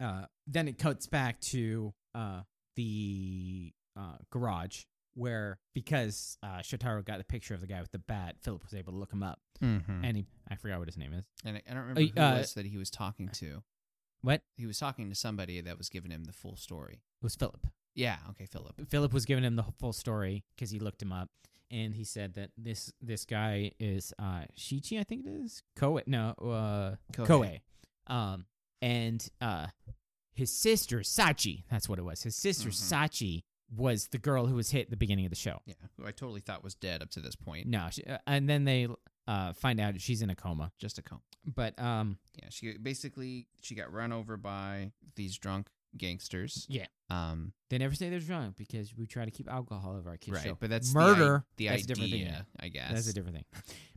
[SPEAKER 1] uh, then it cuts back to uh the uh garage where because uh Shotaro got the picture of the guy with the bat, Philip was able to look him up,
[SPEAKER 2] Mm-hmm.
[SPEAKER 1] and he, I forgot what his name is.
[SPEAKER 2] And I, I don't remember who
[SPEAKER 1] uh,
[SPEAKER 2] it was that he was talking to.
[SPEAKER 1] What
[SPEAKER 2] He was talking to somebody that was giving him the full story.
[SPEAKER 1] it was Philip?
[SPEAKER 2] Yeah, okay, Philip.
[SPEAKER 1] Philip was giving him the full story because he looked him up, and he said that this this guy is uh Shichi, I think it is Koei. No, uh, Koei. Um, and uh, his sister Sachi. That's what it was. His sister
[SPEAKER 2] Mhm.
[SPEAKER 1] Sachi was the girl who was hit at the beginning of the show.
[SPEAKER 2] Yeah, who I totally thought was dead up to this point.
[SPEAKER 1] No, she, uh, and then they uh find out she's in a coma.
[SPEAKER 2] Just a comb.
[SPEAKER 1] But um,
[SPEAKER 2] Yeah, she basically she got run over by these drunk gangsters.
[SPEAKER 1] Yeah.
[SPEAKER 2] Um,
[SPEAKER 1] They never say they're drunk because we try to keep alcohol out of our kids.
[SPEAKER 2] right.
[SPEAKER 1] show.
[SPEAKER 2] But that's the i-
[SPEAKER 1] murder.
[SPEAKER 2] The,
[SPEAKER 1] that's a
[SPEAKER 2] idea,
[SPEAKER 1] different thing.
[SPEAKER 2] I guess.
[SPEAKER 1] That's a different thing.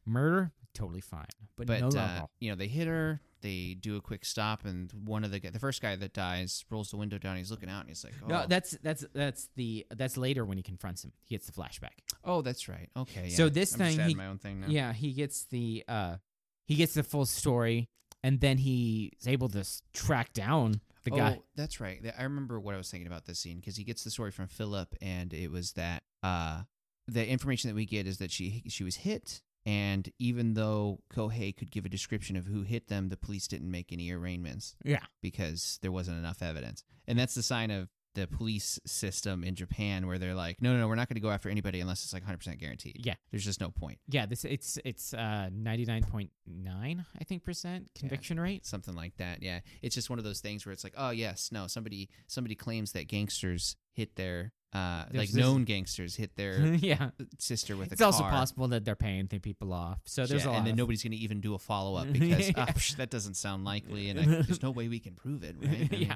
[SPEAKER 1] Murder, totally fine, but,
[SPEAKER 2] but
[SPEAKER 1] no
[SPEAKER 2] uh,
[SPEAKER 1] alcohol.
[SPEAKER 2] you know they hit her they do a quick stop and one of the gu- the first guy that dies rolls the window down he's looking out and he's like oh,
[SPEAKER 1] No, that's that's that's the that's later when he confronts him. He gets the flashback.
[SPEAKER 2] oh that's right okay yeah.
[SPEAKER 1] So this
[SPEAKER 2] I'm
[SPEAKER 1] thing,
[SPEAKER 2] just adding
[SPEAKER 1] he-
[SPEAKER 2] my own thing now.
[SPEAKER 1] Yeah, he gets the uh he gets the full story and then he's able to s- track down the
[SPEAKER 2] oh,
[SPEAKER 1] guy.
[SPEAKER 2] that's right Th- i remember what i was thinking about this scene because he gets the story from philip and it was that uh the information that we get is that she she was hit and even though Kohei could give a description of who hit them, the police didn't make any arraignments.
[SPEAKER 1] Yeah.
[SPEAKER 2] because there wasn't enough evidence. And that's the sign of the police system in Japan where they're like, no, no, no, we're not going to go after anybody unless it's like 100% guaranteed.
[SPEAKER 1] Yeah.
[SPEAKER 2] There's just no point.
[SPEAKER 1] Yeah, this it's it's uh 99.9 I think percent conviction rate.
[SPEAKER 2] Something like that. Yeah. It's just one of those things where it's like, oh, yes, no, somebody somebody claims that gangsters hit their, uh,
[SPEAKER 1] There's
[SPEAKER 2] like
[SPEAKER 1] this-
[SPEAKER 2] known gangsters hit their
[SPEAKER 1] yeah.
[SPEAKER 2] sister with a
[SPEAKER 1] Mm-hmm. It's also
[SPEAKER 2] car.
[SPEAKER 1] possible that they're paying the people off. So there's
[SPEAKER 2] Yeah,
[SPEAKER 1] a lot
[SPEAKER 2] and then
[SPEAKER 1] of-
[SPEAKER 2] nobody's going to even do a follow up because
[SPEAKER 1] Yeah.
[SPEAKER 2] "Ah, psh, that doesn't sound likely, and I, there's no way we can prove it, right? I
[SPEAKER 1] yeah.
[SPEAKER 2] mean,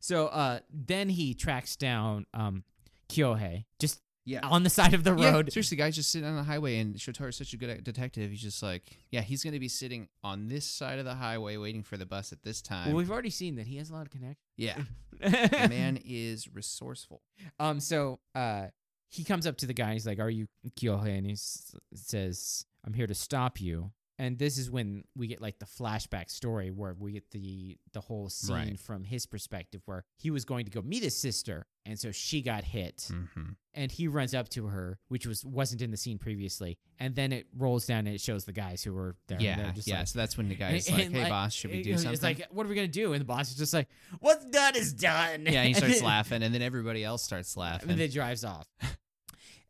[SPEAKER 1] So uh then he tracks down um Kyohei just
[SPEAKER 2] yeah.
[SPEAKER 1] on the side of the
[SPEAKER 2] Yeah,
[SPEAKER 1] road.
[SPEAKER 2] seriously, guys, just sitting on the highway, and Shotaro's such a good at- detective. He's just like, yeah, he's going to be sitting on this side of the highway waiting for the bus at this time.
[SPEAKER 1] well, we've already seen that he has a lot of connections.
[SPEAKER 2] yeah, the man is resourceful.
[SPEAKER 1] Um, so uh, he comes up to the guy. And he's like, "Are you Kyohei?" And he s- says, "I'm here to stop you." And this is when we get like the flashback story where we get the the whole scene
[SPEAKER 2] Right.
[SPEAKER 1] from his perspective, where he was going to go meet his sister, and so she got hit,
[SPEAKER 2] Mm-hmm.
[SPEAKER 1] and he runs up to her, which was wasn't in the scene previously, and then it rolls down and it shows the guys who were there. and
[SPEAKER 2] Yeah,
[SPEAKER 1] they're just
[SPEAKER 2] yeah.
[SPEAKER 1] like-
[SPEAKER 2] so that's when the
[SPEAKER 1] and-
[SPEAKER 2] guy's like,
[SPEAKER 1] and,
[SPEAKER 2] hey, boss, should we do
[SPEAKER 1] it's
[SPEAKER 2] something?
[SPEAKER 1] like, what are we gonna do? And the boss is just like, what's done is done.
[SPEAKER 2] yeah, he
[SPEAKER 1] And
[SPEAKER 2] starts
[SPEAKER 1] then-
[SPEAKER 2] laughing, and then everybody else starts laughing.
[SPEAKER 1] and then drives off.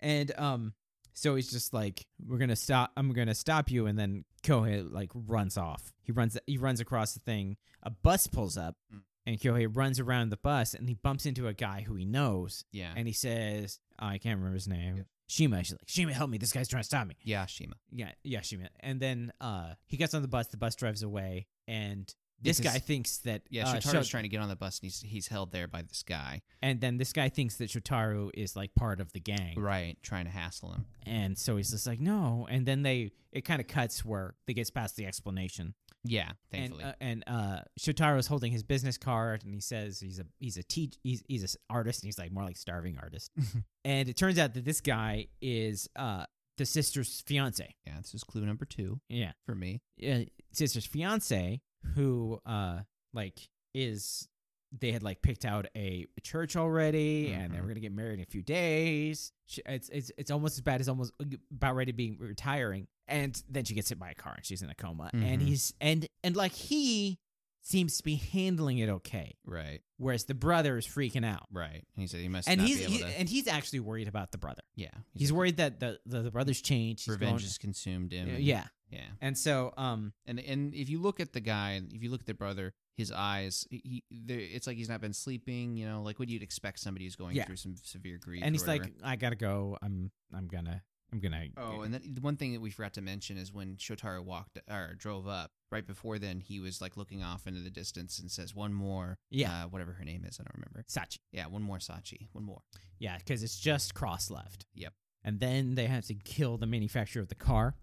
[SPEAKER 1] and um, so he's just like, "We're gonna stop. I'm gonna stop you." And then Kohei like runs off. He runs. He runs across the thing. A bus pulls up,
[SPEAKER 2] Mm.
[SPEAKER 1] and Kohei runs around the bus, and he bumps into a guy who he knows,
[SPEAKER 2] yeah,
[SPEAKER 1] and he says, "Oh, "I can't remember his name."
[SPEAKER 2] Yeah.
[SPEAKER 1] Shima, she's like, Shima, help me! This guy's trying to stop me.
[SPEAKER 2] yeah, Shima.
[SPEAKER 1] Yeah, yeah, Shima. And then uh, he gets on the bus. The bus drives away, and this
[SPEAKER 2] Because-
[SPEAKER 1] guy thinks that
[SPEAKER 2] Yeah,
[SPEAKER 1] uh,
[SPEAKER 2] Shotaro's
[SPEAKER 1] Shot-
[SPEAKER 2] trying to get on the bus, and he's he's held there by this guy,
[SPEAKER 1] and then this guy thinks that Shotaro is like part of the gang,
[SPEAKER 2] right, trying to hassle him.
[SPEAKER 1] And so he's just like, no. And then they, it kind of cuts where they gets past the explanation.
[SPEAKER 2] Yeah, thankfully.
[SPEAKER 1] And, uh, and uh, Shotaro's holding his business card, and he says he's a he's a teach he's he's an artist, and he's like more like starving artist. and it turns out that this guy is uh the sister's fiance.
[SPEAKER 2] yeah, this is clue number two
[SPEAKER 1] Yeah,
[SPEAKER 2] for me.
[SPEAKER 1] uh, sister's fiance who uh like is they had like picked out a church already and they
[SPEAKER 2] Mhm.
[SPEAKER 1] were gonna get married in a few days she, it's, it's it's almost as bad as almost uh, about ready to be retiring and then she gets hit by a car and she's in a coma and
[SPEAKER 2] Mhm.
[SPEAKER 1] he's and and like he seems to be handling it okay
[SPEAKER 2] Right,
[SPEAKER 1] whereas the brother is freaking out
[SPEAKER 2] right. And he said he must
[SPEAKER 1] and
[SPEAKER 2] not
[SPEAKER 1] he's
[SPEAKER 2] be able
[SPEAKER 1] he,
[SPEAKER 2] to.
[SPEAKER 1] and he's actually worried about the brother
[SPEAKER 2] yeah,
[SPEAKER 1] he's
[SPEAKER 2] like,
[SPEAKER 1] worried that the the, the brother's changed he's
[SPEAKER 2] revenge
[SPEAKER 1] going- uh,
[SPEAKER 2] has consumed him. and-
[SPEAKER 1] yeah
[SPEAKER 2] yeah.
[SPEAKER 1] and so um
[SPEAKER 2] And and if you look at the guy, if you look at the brother, his eyes, he, they it's like he's not been sleeping. You know, like what you'd expect somebody who's going
[SPEAKER 1] Yeah.
[SPEAKER 2] through some severe grief.
[SPEAKER 1] and
[SPEAKER 2] or
[SPEAKER 1] he's like,
[SPEAKER 2] whatever.
[SPEAKER 1] I gotta go. I'm I'm gonna I'm gonna.
[SPEAKER 2] Oh, and that, the one thing that we forgot to mention is when Shotaro walked or drove up. Right before then, he was like looking off into the distance and says, "One more,
[SPEAKER 1] yeah,
[SPEAKER 2] uh, whatever her name is, I don't remember.
[SPEAKER 1] Sachi.
[SPEAKER 2] Yeah, one more Sachi, one more.
[SPEAKER 1] Yeah, because it's just cross left.
[SPEAKER 2] Yep.
[SPEAKER 1] And then they have to kill the manufacturer of the car,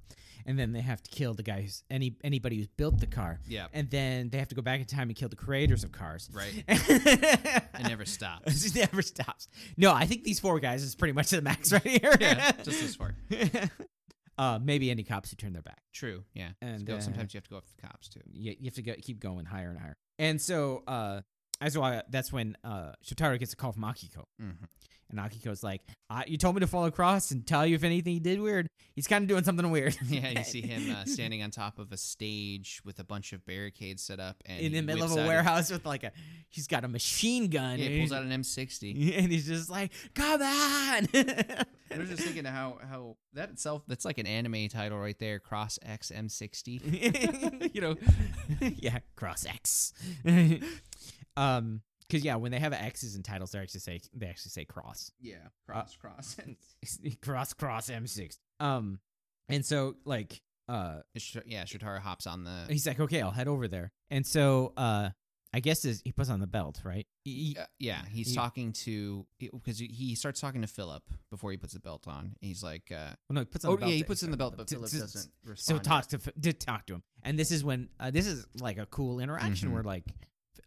[SPEAKER 1] and then they have to kill the guy who's any anybody who's built the car,
[SPEAKER 2] Yeah,
[SPEAKER 1] and then they have to go back in time and kill the creators of cars.
[SPEAKER 2] right.
[SPEAKER 1] it
[SPEAKER 2] It never stops.
[SPEAKER 1] It never stops. No, I think these four guys is pretty much the max right here.
[SPEAKER 2] yeah, just this far.
[SPEAKER 1] uh, maybe any cops who turn their back.
[SPEAKER 2] True. Yeah.
[SPEAKER 1] And,
[SPEAKER 2] Go-
[SPEAKER 1] uh,
[SPEAKER 2] sometimes you have to go up to the cops too.
[SPEAKER 1] you, you have to go, keep going higher and higher. And so uh, as well, that's when uh, Shotaro gets a call from Akiko,
[SPEAKER 2] hmm
[SPEAKER 1] and Akiko's like, I, "You told me to fall across and tell you if anything he did weird. He's kind of doing something weird."
[SPEAKER 2] Yeah, you see him uh, standing on top of a stage with a bunch of barricades set up, and
[SPEAKER 1] in the
[SPEAKER 2] he
[SPEAKER 1] middle of
[SPEAKER 2] whips
[SPEAKER 1] a
[SPEAKER 2] out
[SPEAKER 1] warehouse with like a, he's got a machine
[SPEAKER 2] Yeah,
[SPEAKER 1] gun.
[SPEAKER 2] he
[SPEAKER 1] and,
[SPEAKER 2] pulls out an M60.
[SPEAKER 1] he's, and he's just like, "Come on!"
[SPEAKER 2] I was just thinking how how that itself that's like an anime title right there, Cross X M60.
[SPEAKER 1] you know, yeah, cross X. um, because yeah, when they have X's in titles, they actually say they actually say cross.
[SPEAKER 2] Yeah,
[SPEAKER 1] cross,
[SPEAKER 2] cross.
[SPEAKER 1] cross cross M6. Um, and so like uh,
[SPEAKER 2] yeah, Shotaro hops on the
[SPEAKER 1] he's like, okay, I'll head over there. And so uh, I guess his, he puts on the belt, right? He-
[SPEAKER 2] Uh, yeah, he's
[SPEAKER 1] He-
[SPEAKER 2] talking to because he, he starts talking to Philip before he puts the belt on. He's like, uh,
[SPEAKER 1] well, no, he puts on
[SPEAKER 2] "Oh
[SPEAKER 1] the belt.
[SPEAKER 2] yeah, he
[SPEAKER 1] that
[SPEAKER 2] puts in the belt, but
[SPEAKER 1] To-
[SPEAKER 2] Philip
[SPEAKER 1] to-
[SPEAKER 2] doesn't respond."
[SPEAKER 1] So
[SPEAKER 2] yet.
[SPEAKER 1] talks to Ph- did talk to him, and this is when uh, this is like a cool interaction
[SPEAKER 2] Mhm.
[SPEAKER 1] where like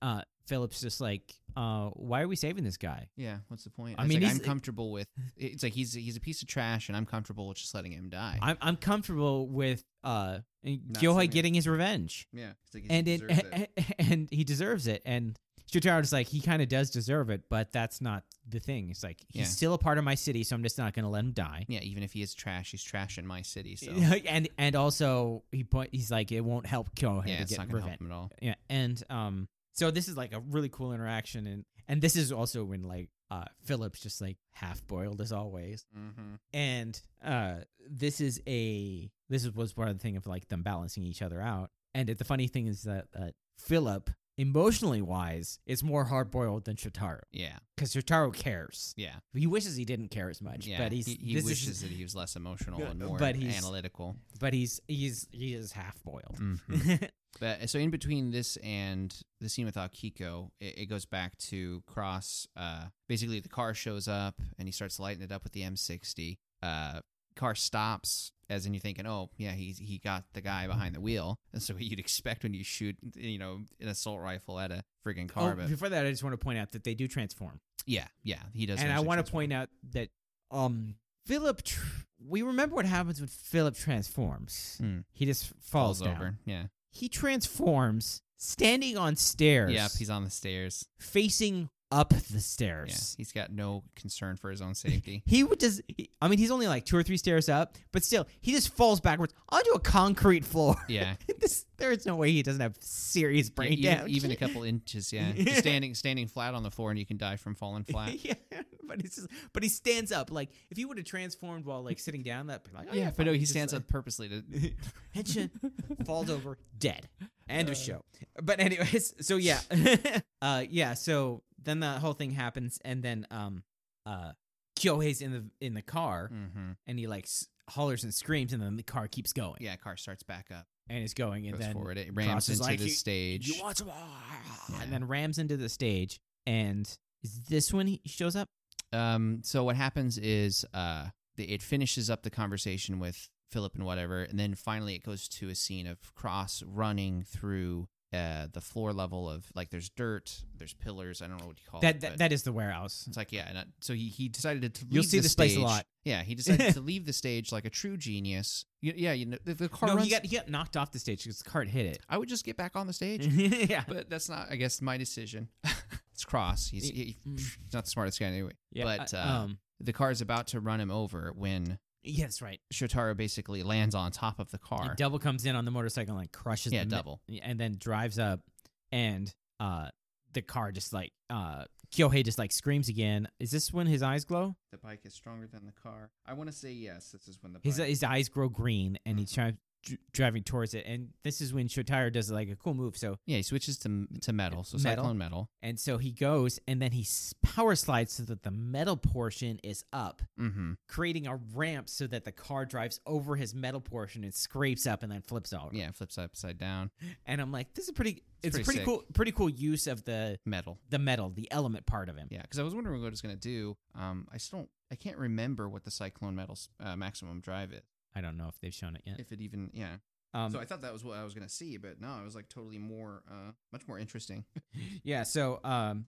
[SPEAKER 1] uh, Phillips just like, uh, why are we saving this guy?
[SPEAKER 2] Yeah, what's the point?
[SPEAKER 1] I
[SPEAKER 2] I mean,
[SPEAKER 1] mean,
[SPEAKER 2] I'm
[SPEAKER 1] he's-
[SPEAKER 2] comfortable with. It's like he's he's a piece of trash, and I'm comfortable with just letting him die.
[SPEAKER 1] I'm I'm comfortable with uh
[SPEAKER 2] saving
[SPEAKER 1] Gyohei
[SPEAKER 2] him.
[SPEAKER 1] getting his revenge,
[SPEAKER 2] yeah, it's like he
[SPEAKER 1] and it,
[SPEAKER 2] deserves it.
[SPEAKER 1] and he deserves it, and. Shutaro's like he kind of does deserve it, but that's not the thing. It's like he's
[SPEAKER 2] Yeah.
[SPEAKER 1] still a part of my city, so I'm just not going to let him die.
[SPEAKER 2] yeah, even if he is trash, he's trash in my city. So
[SPEAKER 1] and and also he point he's like it won't help Kyohei
[SPEAKER 2] yeah,
[SPEAKER 1] to
[SPEAKER 2] it's
[SPEAKER 1] get
[SPEAKER 2] not gonna
[SPEAKER 1] revenge.
[SPEAKER 2] help him at all.
[SPEAKER 1] Yeah, and um, so this is like a really cool interaction, and and this is also when like uh Phillips just like half boiled as always,
[SPEAKER 2] Mm-hmm.
[SPEAKER 1] and uh this is a this is was part of the thing of like them balancing each other out, and the funny thing is that uh, Philip emotionally wise is more hard boiled than Shotaro
[SPEAKER 2] Yeah,
[SPEAKER 1] because Shotaro cares.
[SPEAKER 2] yeah,
[SPEAKER 1] He wishes he didn't care as much,
[SPEAKER 2] yeah.
[SPEAKER 1] but he's
[SPEAKER 2] he, he
[SPEAKER 1] this is-
[SPEAKER 2] wishes that he was less emotional
[SPEAKER 1] Yeah,
[SPEAKER 2] and more
[SPEAKER 1] but he's-
[SPEAKER 2] analytical.
[SPEAKER 1] but he's he's he is Oh, half boiled.
[SPEAKER 2] Mhm. But so in between this and the scene with Akiko, it, it goes back to Cross. Uh, basically, the car shows up and he starts lighting it up with the M60. Uh, car stops, as in you're thinking, oh yeah, he he got the guy behind the wheel. And so what you'd expect when you shoot, you know, an assault rifle at a friggin' car.
[SPEAKER 1] oh,
[SPEAKER 2] but
[SPEAKER 1] before that, I just want to point out that they do transform.
[SPEAKER 2] yeah, yeah, he does.
[SPEAKER 1] and I
[SPEAKER 2] eventually
[SPEAKER 1] want to
[SPEAKER 2] transform.
[SPEAKER 1] point out that um Philip, tr- we remember what happens when Philip transforms.
[SPEAKER 2] Hmm.
[SPEAKER 1] He just falls, down.
[SPEAKER 2] over. Yeah,
[SPEAKER 1] He transforms standing on stairs.
[SPEAKER 2] yep, he's on the stairs.
[SPEAKER 1] facing up the
[SPEAKER 2] Yeah,
[SPEAKER 1] stairs.
[SPEAKER 2] he's got no concern for his own safety.
[SPEAKER 1] He would just, he- I mean, he's only like two or three stairs up, but still, he just falls backwards onto a concrete floor.
[SPEAKER 2] Yeah.
[SPEAKER 1] this, there is no way he doesn't have serious brain
[SPEAKER 2] Yeah, even,
[SPEAKER 1] damage.
[SPEAKER 2] even a couple inches, yeah. Just
[SPEAKER 1] Yeah.
[SPEAKER 2] standing standing flat on the floor, and you can die from falling flat.
[SPEAKER 1] yeah, but it's just, but he stands up. Like if he would have transformed while like sitting down, that'd be like, oh, yeah,
[SPEAKER 2] yeah, but no,
[SPEAKER 1] fine.
[SPEAKER 2] he
[SPEAKER 1] Just,
[SPEAKER 2] stands
[SPEAKER 1] like-
[SPEAKER 2] up purposely to.
[SPEAKER 1] Henshin falls over dead. End
[SPEAKER 2] Uh.
[SPEAKER 1] of show. But anyways, so yeah, uh, yeah. So then the whole thing happens, and then um, uh, Kyohei's in the in the car,
[SPEAKER 2] Mhm.
[SPEAKER 1] and he like s- hollers and screams, and then the car keeps going,
[SPEAKER 2] Yeah, car starts back up,
[SPEAKER 1] and it's going, and
[SPEAKER 2] goes
[SPEAKER 1] then
[SPEAKER 2] forward. It ramps
[SPEAKER 1] Cross is
[SPEAKER 2] into
[SPEAKER 1] like,
[SPEAKER 2] the
[SPEAKER 1] "You-
[SPEAKER 2] stage.
[SPEAKER 1] you want some more,
[SPEAKER 2] Yeah.
[SPEAKER 1] and then rams into the stage, and is this when he shows up?
[SPEAKER 2] um, so what happens is, uh, the, it finishes up the conversation with Philip and whatever, and then finally it goes to a scene of Cross running through. Uh, the floor level of like there's dirt, there's pillars. I don't know what you call
[SPEAKER 1] That
[SPEAKER 2] it.
[SPEAKER 1] that,
[SPEAKER 2] but-
[SPEAKER 1] that is the warehouse.
[SPEAKER 2] It's like yeah, and I, so he he decided to. Leave
[SPEAKER 1] You'll see
[SPEAKER 2] the
[SPEAKER 1] this place a
[SPEAKER 2] stage-
[SPEAKER 1] lot.
[SPEAKER 2] Yeah, he decided to leave the stage like a true genius. Y- Yeah, you know the, the car.
[SPEAKER 1] no,
[SPEAKER 2] runs,
[SPEAKER 1] he got he got knocked off the stage because the cart hit
[SPEAKER 2] I would just get back on the stage,
[SPEAKER 1] it. yeah,
[SPEAKER 2] but that's not, I guess, my decision. it's Cross. He's he,
[SPEAKER 1] Mm.
[SPEAKER 2] he's not the smartest guy anyway.
[SPEAKER 1] yeah.
[SPEAKER 2] but,
[SPEAKER 1] I-
[SPEAKER 2] uh,
[SPEAKER 1] um,
[SPEAKER 2] The car's about to run him over when
[SPEAKER 1] yeah, that's right.
[SPEAKER 2] Shotaro basically lands on top of the
[SPEAKER 1] He
[SPEAKER 2] car.
[SPEAKER 1] double comes in on the motorcycle and like crushes
[SPEAKER 2] Yeah,
[SPEAKER 1] the mi-
[SPEAKER 2] double.
[SPEAKER 1] and then drives up and uh the car just like uh Kyohei just like screams again. Is this when his eyes glow?
[SPEAKER 2] The bike is stronger than the car. I want to say yes. This is when the
[SPEAKER 1] His his eyes grow green and he's
[SPEAKER 2] Mm-hmm.
[SPEAKER 1] trying dr- driving towards it and this is when Shotaro does like a cool move so
[SPEAKER 2] yeah, he switches to to metal. So
[SPEAKER 1] Metal.
[SPEAKER 2] cyclone metal.
[SPEAKER 1] and so he goes and then he s- power slides so that the metal portion is up
[SPEAKER 2] Mm-hmm.
[SPEAKER 1] creating a ramp so that the car drives over his metal portion and scrapes up and then flips over
[SPEAKER 2] Yeah, flips upside down.
[SPEAKER 1] and i'm like this is pretty it's,
[SPEAKER 2] pretty
[SPEAKER 1] pretty
[SPEAKER 2] sick.
[SPEAKER 1] cool pretty cool use of the
[SPEAKER 2] Metal.
[SPEAKER 1] the metal, the element part of him.
[SPEAKER 2] Yeah, because I was wondering what it was gonna do. Um, I still don't, I can't remember what the Cyclone Metal's uh, maximum drive is,
[SPEAKER 1] I don't know if they've shown it yet.
[SPEAKER 2] if it even yeah.
[SPEAKER 1] Um,
[SPEAKER 2] so I thought that was what I was gonna see, but no, it was like totally more, uh, much more interesting.
[SPEAKER 1] yeah. So um,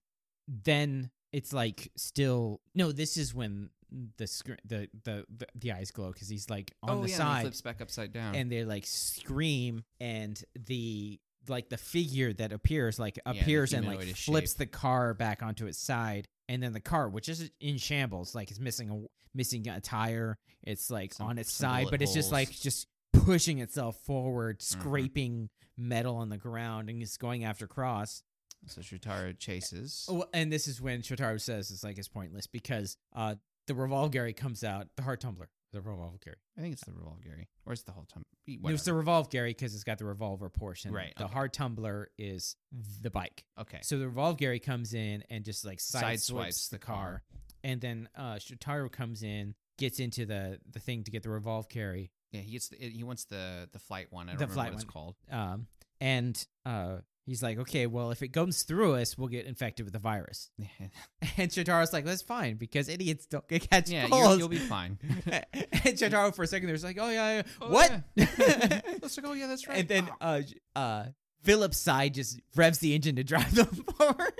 [SPEAKER 1] then it's like still no. This is when the scr- the, the the the eyes glow because he's like on
[SPEAKER 2] oh
[SPEAKER 1] the
[SPEAKER 2] yeah, and he
[SPEAKER 1] side
[SPEAKER 2] flips back upside down.
[SPEAKER 1] and they like scream and the like the figure that appears like
[SPEAKER 2] the
[SPEAKER 1] appears and like
[SPEAKER 2] humanoid
[SPEAKER 1] flips
[SPEAKER 2] shape.
[SPEAKER 1] the car back onto its side and then the car which is in shambles like it's missing a missing a tire it's like
[SPEAKER 2] Some-
[SPEAKER 1] on its
[SPEAKER 2] some
[SPEAKER 1] side
[SPEAKER 2] bullet
[SPEAKER 1] but it's just
[SPEAKER 2] holes.
[SPEAKER 1] like
[SPEAKER 2] Mm-hmm.
[SPEAKER 1] just pushing itself forward scraping metal on the ground and it's going after cross
[SPEAKER 2] so Shutaro chases.
[SPEAKER 1] Oh, and this is when Shotaro says it's like it's pointless because uh the revolgary comes out the heart tumbler the revolgary
[SPEAKER 2] I think it's the revolve Gary, or it's the whole time. e-
[SPEAKER 1] It was the
[SPEAKER 2] whatever.
[SPEAKER 1] revolve Gary because it's got the revolver portion.
[SPEAKER 2] Right,
[SPEAKER 1] The
[SPEAKER 2] okay.
[SPEAKER 1] hard tumbler is the bike.
[SPEAKER 2] okay.
[SPEAKER 1] So the revolve Gary comes in and just like side
[SPEAKER 2] Sideswipes
[SPEAKER 1] swipes
[SPEAKER 2] the
[SPEAKER 1] the car, and then uh Shotaro comes in, gets into the the thing to get the revolve Gary,
[SPEAKER 2] Yeah, he gets the, he wants the the flight one. I don't
[SPEAKER 1] The
[SPEAKER 2] remember
[SPEAKER 1] flight
[SPEAKER 2] what it's
[SPEAKER 1] one.
[SPEAKER 2] called.
[SPEAKER 1] um, and uh He's like, okay, well, if it comes through us, we'll get infected with the virus. And Shitaro's like, that's fine because idiots don't get catch
[SPEAKER 2] yeah, you'll,
[SPEAKER 1] colds.
[SPEAKER 2] you'll be fine.
[SPEAKER 1] and Shitaro for a second there's like, oh yeah, yeah.
[SPEAKER 2] Oh,
[SPEAKER 1] what?
[SPEAKER 2] yeah. Let's like, oh yeah, that's right.
[SPEAKER 1] and then
[SPEAKER 2] Ah.
[SPEAKER 1] uh j- uh Philip's side just revs the engine to drive them forward.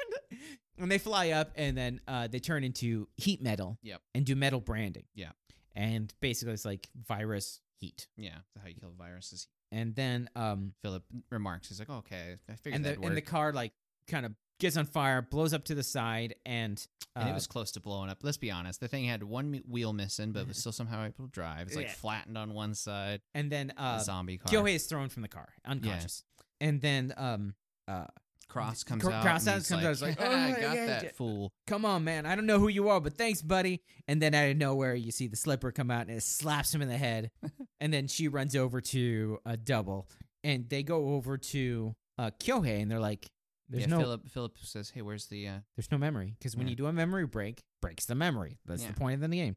[SPEAKER 1] and they fly up and then uh they turn into heat metal.
[SPEAKER 2] Yep.
[SPEAKER 1] And do metal branding.
[SPEAKER 2] Yeah.
[SPEAKER 1] And basically it's like virus heat.
[SPEAKER 2] yeah, that's how you kill viruses.
[SPEAKER 1] And then um
[SPEAKER 2] Philip remarks, he's like, oh, okay, I figured
[SPEAKER 1] and the
[SPEAKER 2] that'd work.
[SPEAKER 1] and the car like kind of gets on fire, blows up to the side and, uh,
[SPEAKER 2] and it was close to blowing up. Let's be honest, the thing had one me- wheel missing, but it was still somehow able to drive. It's like
[SPEAKER 1] Mm. Yeah.
[SPEAKER 2] flattened on one side.
[SPEAKER 1] and then
[SPEAKER 2] a
[SPEAKER 1] uh
[SPEAKER 2] zombie car.
[SPEAKER 1] Kyohei is thrown from the car, unconscious. And then um uh
[SPEAKER 2] Cross comes
[SPEAKER 1] Cro-
[SPEAKER 2] out.
[SPEAKER 1] Cross
[SPEAKER 2] and
[SPEAKER 1] out
[SPEAKER 2] he's
[SPEAKER 1] comes out, it's like,
[SPEAKER 2] "Yeah,
[SPEAKER 1] "Oh,
[SPEAKER 2] I
[SPEAKER 1] yeah,
[SPEAKER 2] got
[SPEAKER 1] yeah,
[SPEAKER 2] that
[SPEAKER 1] yeah."
[SPEAKER 2] fool.
[SPEAKER 1] come on, man, I don't know who you are, but thanks, buddy. And then out of nowhere, you see the slipper come out and it slaps him in the head. and then she runs over to a double and they go over to uh, Kyohei and they're like, there's
[SPEAKER 2] yeah,
[SPEAKER 1] no
[SPEAKER 2] Philip. Philip says, "Hey, where's the?" Uh,
[SPEAKER 1] there's no memory because when
[SPEAKER 2] Yeah.
[SPEAKER 1] you do a memory break, breaks the memory. That's
[SPEAKER 2] Yeah.
[SPEAKER 1] the point of the game.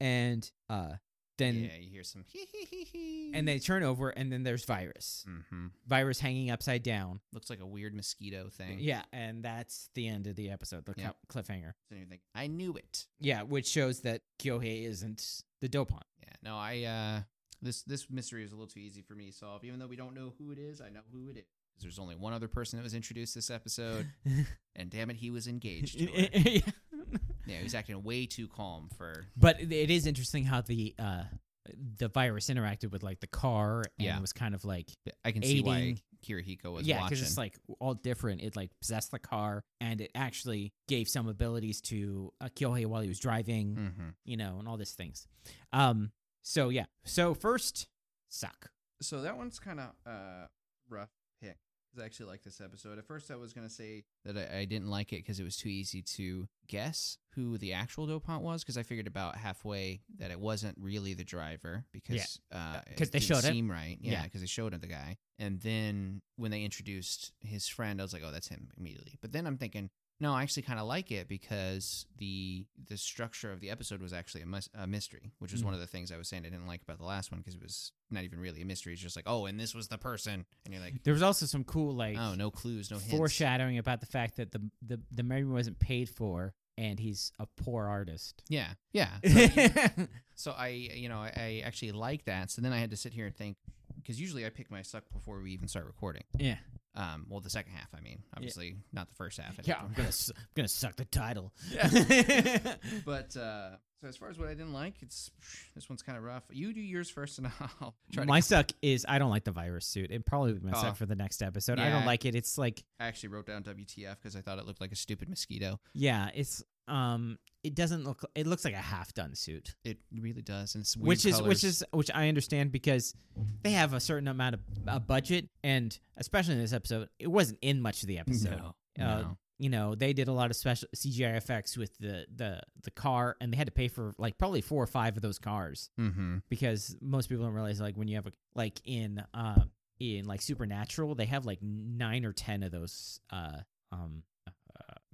[SPEAKER 1] And uh, then
[SPEAKER 2] yeah, you hear some hee hee hee hee.
[SPEAKER 1] and they turn over and then there's virus,
[SPEAKER 2] hmm
[SPEAKER 1] virus hanging upside down.
[SPEAKER 2] looks like a weird mosquito thing.
[SPEAKER 1] Yeah, and that's the end of the episode, the
[SPEAKER 2] Yep.
[SPEAKER 1] cl- cliffhanger.
[SPEAKER 2] So you think, I knew it.
[SPEAKER 1] Yeah, which shows that Kyohei isn't the dopant.
[SPEAKER 2] Yeah. No, I. uh This this mystery is a little too easy for me to solve. Even though we don't know who it is, I know who it is. There's only one other person that was introduced this episode, and damn it, he was engaged. To her.
[SPEAKER 1] Yeah.
[SPEAKER 2] Yeah, he was acting way too calm for.
[SPEAKER 1] But it- it is interesting how the uh, the virus interacted with like the car and
[SPEAKER 2] Yeah.
[SPEAKER 1] was kind of like
[SPEAKER 2] I can see why
[SPEAKER 1] Aiding-
[SPEAKER 2] Kirihiko was
[SPEAKER 1] yeah,
[SPEAKER 2] watching.
[SPEAKER 1] it's like all different. It like possessed the car and it actually gave some abilities to uh, Kyohei while he was driving,
[SPEAKER 2] mm-hmm.
[SPEAKER 1] you know, and all these things. Um, so yeah, so first suck.
[SPEAKER 2] so that one's kind of uh rough pick 'cause i actually like this episode at first i was going to say that I, I didn't like it because it was too easy to guess who the actual dopant was because i figured about halfway that it wasn't really the driver because uh
[SPEAKER 1] 'cause they
[SPEAKER 2] didn't
[SPEAKER 1] showed him.
[SPEAKER 2] seem right yeah
[SPEAKER 1] Yeah.
[SPEAKER 2] because they showed him the guy and then when they introduced his friend i was like oh that's him immediately but then i'm thinking no, I actually kind of like it because the the structure of the episode was actually a, mus- a mystery, which was one of the things I was saying I didn't like about the last one because it was not even really a mystery. It's just like, oh, and this was the person, and you're like,
[SPEAKER 1] There was also some cool like
[SPEAKER 2] oh, no clues, no hints.
[SPEAKER 1] foreshadowing about the fact that the, the the memory wasn't paid for and he's a poor artist.
[SPEAKER 2] Yeah, yeah. So I, you know, I, I actually like that. So then I had to sit here and think because usually I pick my suck before we even start recording.
[SPEAKER 1] yeah.
[SPEAKER 2] Um, well, the second half, I mean, obviously not the first half. I
[SPEAKER 1] Yeah,
[SPEAKER 2] don't-
[SPEAKER 1] I'm gonna s- I'm gonna suck the title.
[SPEAKER 2] But uh, so as far as what I didn't like, it's this one's kind of rough. You do yours first, and I'll try
[SPEAKER 1] my
[SPEAKER 2] to.
[SPEAKER 1] suck is I don't like the virus suit. It probably would be my
[SPEAKER 2] Oh.
[SPEAKER 1] suck for the next episode. I
[SPEAKER 2] Yeah.
[SPEAKER 1] don't like it. It's like
[SPEAKER 2] I actually wrote down WTF because I thought it looked like a stupid mosquito.
[SPEAKER 1] yeah, it's um it doesn't look it looks like a half done suit.
[SPEAKER 2] It really does, and it's weird
[SPEAKER 1] Which is
[SPEAKER 2] colours.
[SPEAKER 1] which is which I understand because they have a certain amount of a budget and especially in this episode, it wasn't in much of the episode.
[SPEAKER 2] no,
[SPEAKER 1] uh,
[SPEAKER 2] no.
[SPEAKER 1] you know they did a lot of special CGI effects with the the the car, and they had to pay for like probably four or five of those cars
[SPEAKER 2] Mm-hmm.
[SPEAKER 1] because most people don't realize like when you have a like in uh in like Supernatural they have like nine or ten of those uh um uh,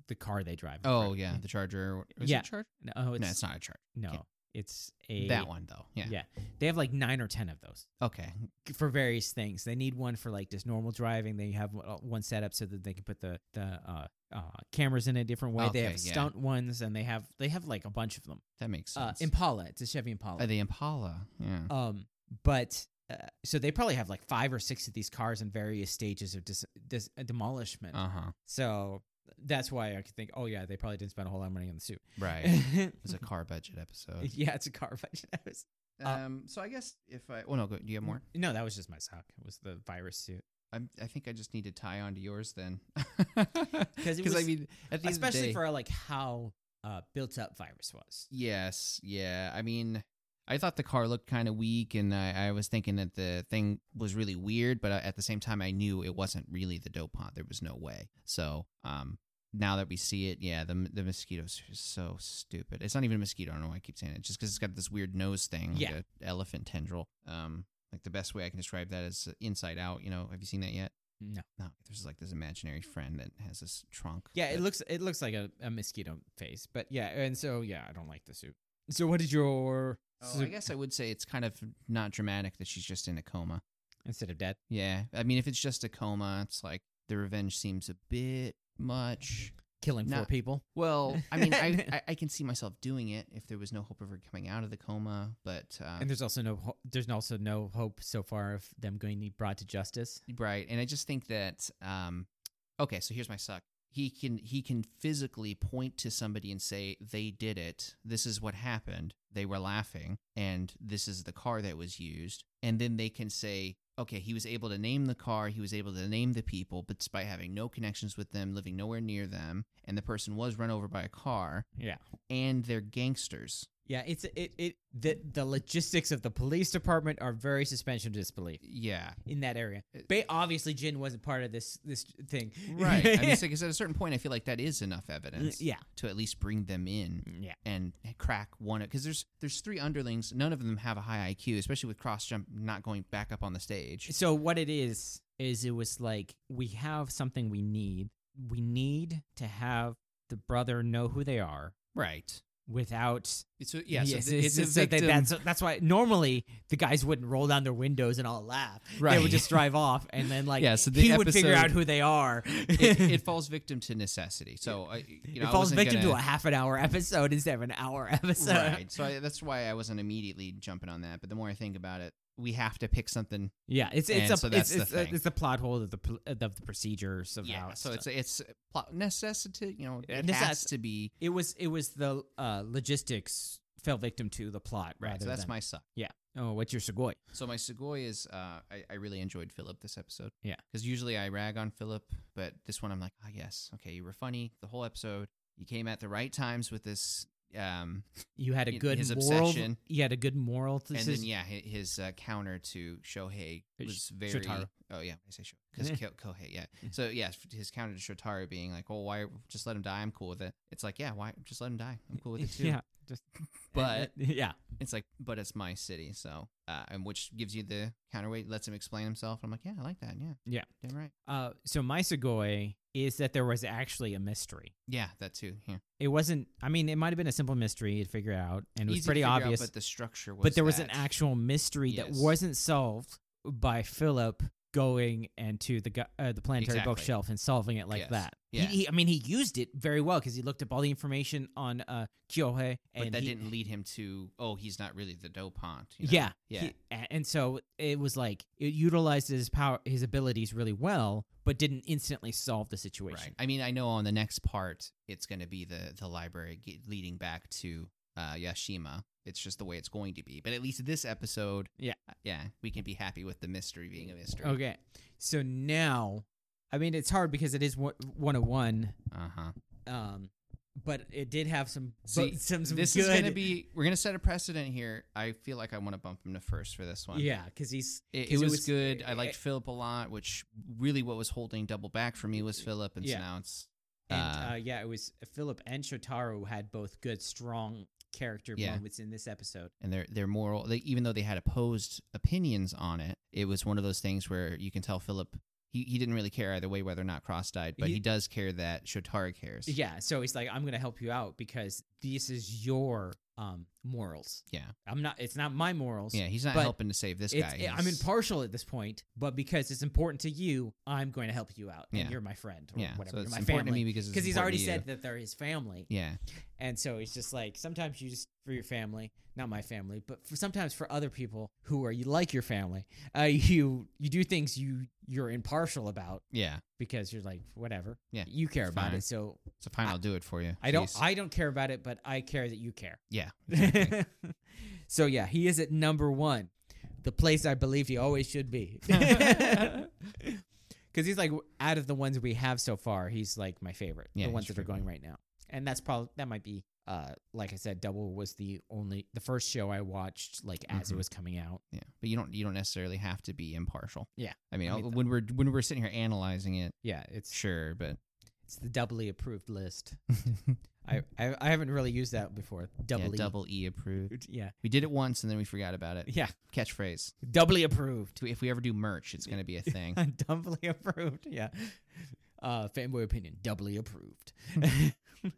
[SPEAKER 1] the car they drive.
[SPEAKER 2] Oh yeah, the charger. Is
[SPEAKER 1] Yeah,
[SPEAKER 2] it a charger?
[SPEAKER 1] no, oh, it's,
[SPEAKER 2] no, it's not a charger.
[SPEAKER 1] No, it's a
[SPEAKER 2] That one though. Yeah.
[SPEAKER 1] Yeah. They have like nine or ten of those
[SPEAKER 2] Okay.
[SPEAKER 1] for various things. They need one for like just normal driving. They have uh, one set up so that they can put the the uh, uh, cameras in a different way. they
[SPEAKER 2] Okay,
[SPEAKER 1] have
[SPEAKER 2] yeah.
[SPEAKER 1] stunt ones, and they have they have like a bunch of them.
[SPEAKER 2] That makes
[SPEAKER 1] Uh,
[SPEAKER 2] sense.
[SPEAKER 1] Impala, it's a Chevy Impala.
[SPEAKER 2] Uh, the Impala. Yeah.
[SPEAKER 1] um, but uh, so they probably have like five or six of these cars in various stages of dis- dis- uh, demolishment.
[SPEAKER 2] Uh huh.
[SPEAKER 1] So that's why I could think, oh yeah, they probably didn't spend a whole lot of money on the suit.
[SPEAKER 2] Right. it's uh, a car budget episode.
[SPEAKER 1] yeah, it's a car budget. Uh, Hmm.
[SPEAKER 2] Um. So I guess if I. Well, no. Go, do you have more?
[SPEAKER 1] No, that was just my sock. It was the virus suit.
[SPEAKER 2] I'm, I think I just need to tie on to yours then.
[SPEAKER 1] it
[SPEAKER 2] Because I
[SPEAKER 1] was-
[SPEAKER 2] mean, at the end of the
[SPEAKER 1] especially
[SPEAKER 2] day-
[SPEAKER 1] for like how uh, built up virus was.
[SPEAKER 2] Yes, yeah. I mean, I thought the car looked kind of weak, and I, I was thinking that the thing was really weird, but uh, at the same time, I knew it wasn't really the dopant. There was no way. So, um, now that we see it, yeah, the the mosquitoes is so stupid. It's not even a mosquito. I don't know why I keep saying it. Just because it's got this weird nose thing, like
[SPEAKER 1] Yeah.
[SPEAKER 2] a elephant tendril. Um, like the best way I can describe that is uh, Inside Out. You know, have you seen that yet?
[SPEAKER 1] No.
[SPEAKER 2] No, there's like this imaginary friend that has this trunk.
[SPEAKER 1] Yeah, it
[SPEAKER 2] that-
[SPEAKER 1] looks it looks like a, a mosquito face, but yeah, and so yeah, I don't like the suit. So what is your
[SPEAKER 2] Oh, I guess I would say it's kind of not dramatic that she's just in a coma.
[SPEAKER 1] instead of dead?
[SPEAKER 2] Yeah, I mean, if it's just a coma, it's like the revenge seems a bit much.
[SPEAKER 1] Killing four
[SPEAKER 2] Nah.
[SPEAKER 1] people.
[SPEAKER 2] Well, I mean, I, I I can see myself doing it if there was no hope of her coming out of the coma, but uh,
[SPEAKER 1] And there's also no ho- there's also no hope so far of them going to be brought to justice.
[SPEAKER 2] right. And I just think that um, okay, so here's my suck. He can he can physically point to somebody and say they did it. This is what happened. They were laughing, and this is the car that was used. And then they can say. Okay, he was able to name the car, he was able to name the people, but despite having no connections with them, living nowhere near them, and the person was run over by a car,
[SPEAKER 1] Yeah.
[SPEAKER 2] and they're gangsters.
[SPEAKER 1] Yeah, it's it it the the logistics of the police department are very suspension of disbelief
[SPEAKER 2] Yeah.
[SPEAKER 1] in that area.
[SPEAKER 2] It-
[SPEAKER 1] Ba- obviously, Jin wasn't part of this this thing,
[SPEAKER 2] Right. I mean, because at a certain point, I feel like that is enough evidence
[SPEAKER 1] yeah,
[SPEAKER 2] to at least bring them in
[SPEAKER 1] yeah,
[SPEAKER 2] and crack one. Because there's there's three underlings. None of them have a high IQ, especially with cross jump not going back up on the stage.
[SPEAKER 1] So what it is is it was like we have something we need. We need to have the brother know who they are
[SPEAKER 2] Right.
[SPEAKER 1] without
[SPEAKER 2] So yeah,
[SPEAKER 1] Yes,
[SPEAKER 2] so th- it's,
[SPEAKER 1] it's-
[SPEAKER 2] a
[SPEAKER 1] so that-
[SPEAKER 2] victim.
[SPEAKER 1] that's that's why normally the guys wouldn't roll down their windows and all laugh. They would
[SPEAKER 2] Right.
[SPEAKER 1] just drive off and then like
[SPEAKER 2] Yeah, so the
[SPEAKER 1] he would figure
[SPEAKER 2] episode-
[SPEAKER 1] out who they are.
[SPEAKER 2] it, it falls victim to necessity. So I, you
[SPEAKER 1] It
[SPEAKER 2] know, I
[SPEAKER 1] falls
[SPEAKER 2] wasn't
[SPEAKER 1] victim
[SPEAKER 2] gonna-
[SPEAKER 1] to a half an hour episode instead of an hour episode.
[SPEAKER 2] right. So I, that's why I wasn't immediately jumping on that. But the more I think about it, we have to pick something
[SPEAKER 1] Yeah, it's it's
[SPEAKER 2] And
[SPEAKER 1] a
[SPEAKER 2] so
[SPEAKER 1] it's
[SPEAKER 2] that's
[SPEAKER 1] it's,
[SPEAKER 2] the
[SPEAKER 1] a,
[SPEAKER 2] thing.
[SPEAKER 1] it's a plot hole of the pl- of the procedures of how
[SPEAKER 2] So
[SPEAKER 1] done.
[SPEAKER 2] it's it's plot necessity. You know,
[SPEAKER 1] Yeah,
[SPEAKER 2] it has
[SPEAKER 1] Uh, necess-
[SPEAKER 2] to be
[SPEAKER 1] it was it was the uh, logistics fell victim to the plot.
[SPEAKER 2] right.
[SPEAKER 1] rather
[SPEAKER 2] So that's
[SPEAKER 1] than-
[SPEAKER 2] my suck.
[SPEAKER 1] oh, what's your Segoy?
[SPEAKER 2] So my Segoy is uh, I, I really enjoyed Philip this episode.
[SPEAKER 1] Yeah.
[SPEAKER 2] Because usually I rag on Philip, but this one I'm like, ah, yes, okay, you were funny the whole episode. You came at the right times with this, um,
[SPEAKER 1] You had a
[SPEAKER 2] His-
[SPEAKER 1] good
[SPEAKER 2] his
[SPEAKER 1] moral.
[SPEAKER 2] obsession.
[SPEAKER 1] You had a good moral.
[SPEAKER 2] and
[SPEAKER 1] This
[SPEAKER 2] then
[SPEAKER 1] is-
[SPEAKER 2] yeah, hi- his uh, counter to Shohei
[SPEAKER 1] Uh,
[SPEAKER 2] was
[SPEAKER 1] Sh-
[SPEAKER 2] very.
[SPEAKER 1] Shotaro.
[SPEAKER 2] Oh yeah, I say Shohei because Kohei. Yeah. So yeah, his counter to Shotaro being like, oh, why just let him die? I'm cool with it. It's like, yeah, why just let him die? I'm cool with it too.
[SPEAKER 1] yeah, just
[SPEAKER 2] But-
[SPEAKER 1] yeah,
[SPEAKER 2] It's like, but it's my city, so uh, and which gives you the counterweight, lets him explain himself. I'm like, yeah, I like that. Yeah.
[SPEAKER 1] Yeah.
[SPEAKER 2] Damn right.
[SPEAKER 1] Uh, so my segoy is that there was actually a mystery.
[SPEAKER 2] Yeah, that too. Yeah,
[SPEAKER 1] It wasn't. I mean, it might have been a simple mystery to figure out, and it was pretty obvious.
[SPEAKER 2] but the structure was.
[SPEAKER 1] but there was an
[SPEAKER 2] that.
[SPEAKER 1] actual mystery that
[SPEAKER 2] Yes.
[SPEAKER 1] wasn't solved by Philip going and to the gu- uh, the planetary
[SPEAKER 2] Exactly.
[SPEAKER 1] bookshelf and solving it like
[SPEAKER 2] Yes.
[SPEAKER 1] that. He-
[SPEAKER 2] Yeah.
[SPEAKER 1] He, I mean, he used it very well because he looked up all the information on uh, Kyohei,
[SPEAKER 2] But
[SPEAKER 1] and
[SPEAKER 2] that
[SPEAKER 1] he-
[SPEAKER 2] didn't lead him to. Oh, he's not really the dopant. You know?
[SPEAKER 1] Yeah,
[SPEAKER 2] Yeah.
[SPEAKER 1] he- a- and so it was like it utilized his power, his abilities really well, but didn't instantly solve the situation.
[SPEAKER 2] Right. I mean, I know on the next part it's going to be the the library ge- leading back to uh, Yashima. It's just the way it's going to be. But at least this episode, uh,
[SPEAKER 1] Yeah.
[SPEAKER 2] yeah, we can be happy with the mystery being a mystery.
[SPEAKER 1] Okay. So now, I mean, it's hard because it is one- 101,
[SPEAKER 2] Uh huh.
[SPEAKER 1] um, but it did have some
[SPEAKER 2] See,
[SPEAKER 1] bu- some, some
[SPEAKER 2] This
[SPEAKER 1] good.
[SPEAKER 2] is going to be. We're going to set a precedent here. I feel like I want to bump him to first for this one.
[SPEAKER 1] yeah, because he's
[SPEAKER 2] It,
[SPEAKER 1] 'Cause
[SPEAKER 2] it
[SPEAKER 1] it
[SPEAKER 2] was,
[SPEAKER 1] was- eh,
[SPEAKER 2] good. I
[SPEAKER 1] it-
[SPEAKER 2] liked Philip a lot, which really what was holding double back for me was Philip, and
[SPEAKER 1] eh, Yeah.
[SPEAKER 2] so now it's
[SPEAKER 1] and
[SPEAKER 2] uh,
[SPEAKER 1] uh, yeah, it was Philip and Shotaro had both good, strong character
[SPEAKER 2] Yeah.
[SPEAKER 1] moments in this episode.
[SPEAKER 2] and their their moral. They, even though they had opposed opinions on it, it was one of those things where you can tell Philip he, he didn't really care either way whether or not Cross died, but
[SPEAKER 1] He-
[SPEAKER 2] he, does care that Shotara cares.
[SPEAKER 1] Yeah, so he's like, I'm gonna help you out because this is your um morals.
[SPEAKER 2] Yeah.
[SPEAKER 1] I'm not. It's not my morals.
[SPEAKER 2] yeah. He's not
[SPEAKER 1] But
[SPEAKER 2] helping to save this
[SPEAKER 1] It's,
[SPEAKER 2] guy.
[SPEAKER 1] I'm
[SPEAKER 2] He's-
[SPEAKER 1] impartial at this point, but because it's important to you, I'm going to help you out, and
[SPEAKER 2] Yeah.
[SPEAKER 1] you're my friend, or
[SPEAKER 2] Yeah,
[SPEAKER 1] whatever.
[SPEAKER 2] so
[SPEAKER 1] you're
[SPEAKER 2] it's
[SPEAKER 1] my
[SPEAKER 2] important
[SPEAKER 1] family.
[SPEAKER 2] to me because it's
[SPEAKER 1] because he's already
[SPEAKER 2] important to you.
[SPEAKER 1] said that they're his family,
[SPEAKER 2] uh, Yeah,
[SPEAKER 1] and so he's just like sometimes you just for your family, not my family, but for sometimes for other people who are you like your family, uh, you you do things you you're impartial about
[SPEAKER 2] yeah.
[SPEAKER 1] because you're like whatever,
[SPEAKER 2] Yeah,
[SPEAKER 1] you care
[SPEAKER 2] it's
[SPEAKER 1] about
[SPEAKER 2] fine.
[SPEAKER 1] it. So
[SPEAKER 2] So fine,
[SPEAKER 1] I-
[SPEAKER 2] I, will do it for you.
[SPEAKER 1] I don't
[SPEAKER 2] Jeez.
[SPEAKER 1] I don't care about it, but I care that you care.
[SPEAKER 2] yeah.
[SPEAKER 1] so yeah, he is at number one, the place I believe he always should be, because he's like out of the ones we have so far, he's like my favorite,
[SPEAKER 2] Yeah,
[SPEAKER 1] the ones
[SPEAKER 2] he's
[SPEAKER 1] that are
[SPEAKER 2] pretty
[SPEAKER 1] going right now, and that's probably that might be. Uh, like I said, Double was the only the first show I watched like as it
[SPEAKER 2] Mhm.
[SPEAKER 1] was coming out.
[SPEAKER 2] Yeah, but you don't you don't necessarily have to be impartial.
[SPEAKER 1] Yeah.
[SPEAKER 2] I mean,
[SPEAKER 1] I mean,
[SPEAKER 2] uh,
[SPEAKER 1] the-
[SPEAKER 2] when we're when we're sitting here analyzing it,
[SPEAKER 1] Yeah, it's
[SPEAKER 2] sure, but
[SPEAKER 1] it's the doubly approved list. I, I I haven't really used that before. Doubly,
[SPEAKER 2] yeah, double E approved.
[SPEAKER 1] yeah,
[SPEAKER 2] We did it once and then we forgot about it.
[SPEAKER 1] yeah,
[SPEAKER 2] Catchphrase.
[SPEAKER 1] doubly approved.
[SPEAKER 2] To- If we ever do merch, it's going to be a thing.
[SPEAKER 1] doubly approved. Yeah. Uh, fanboy opinion, doubly approved.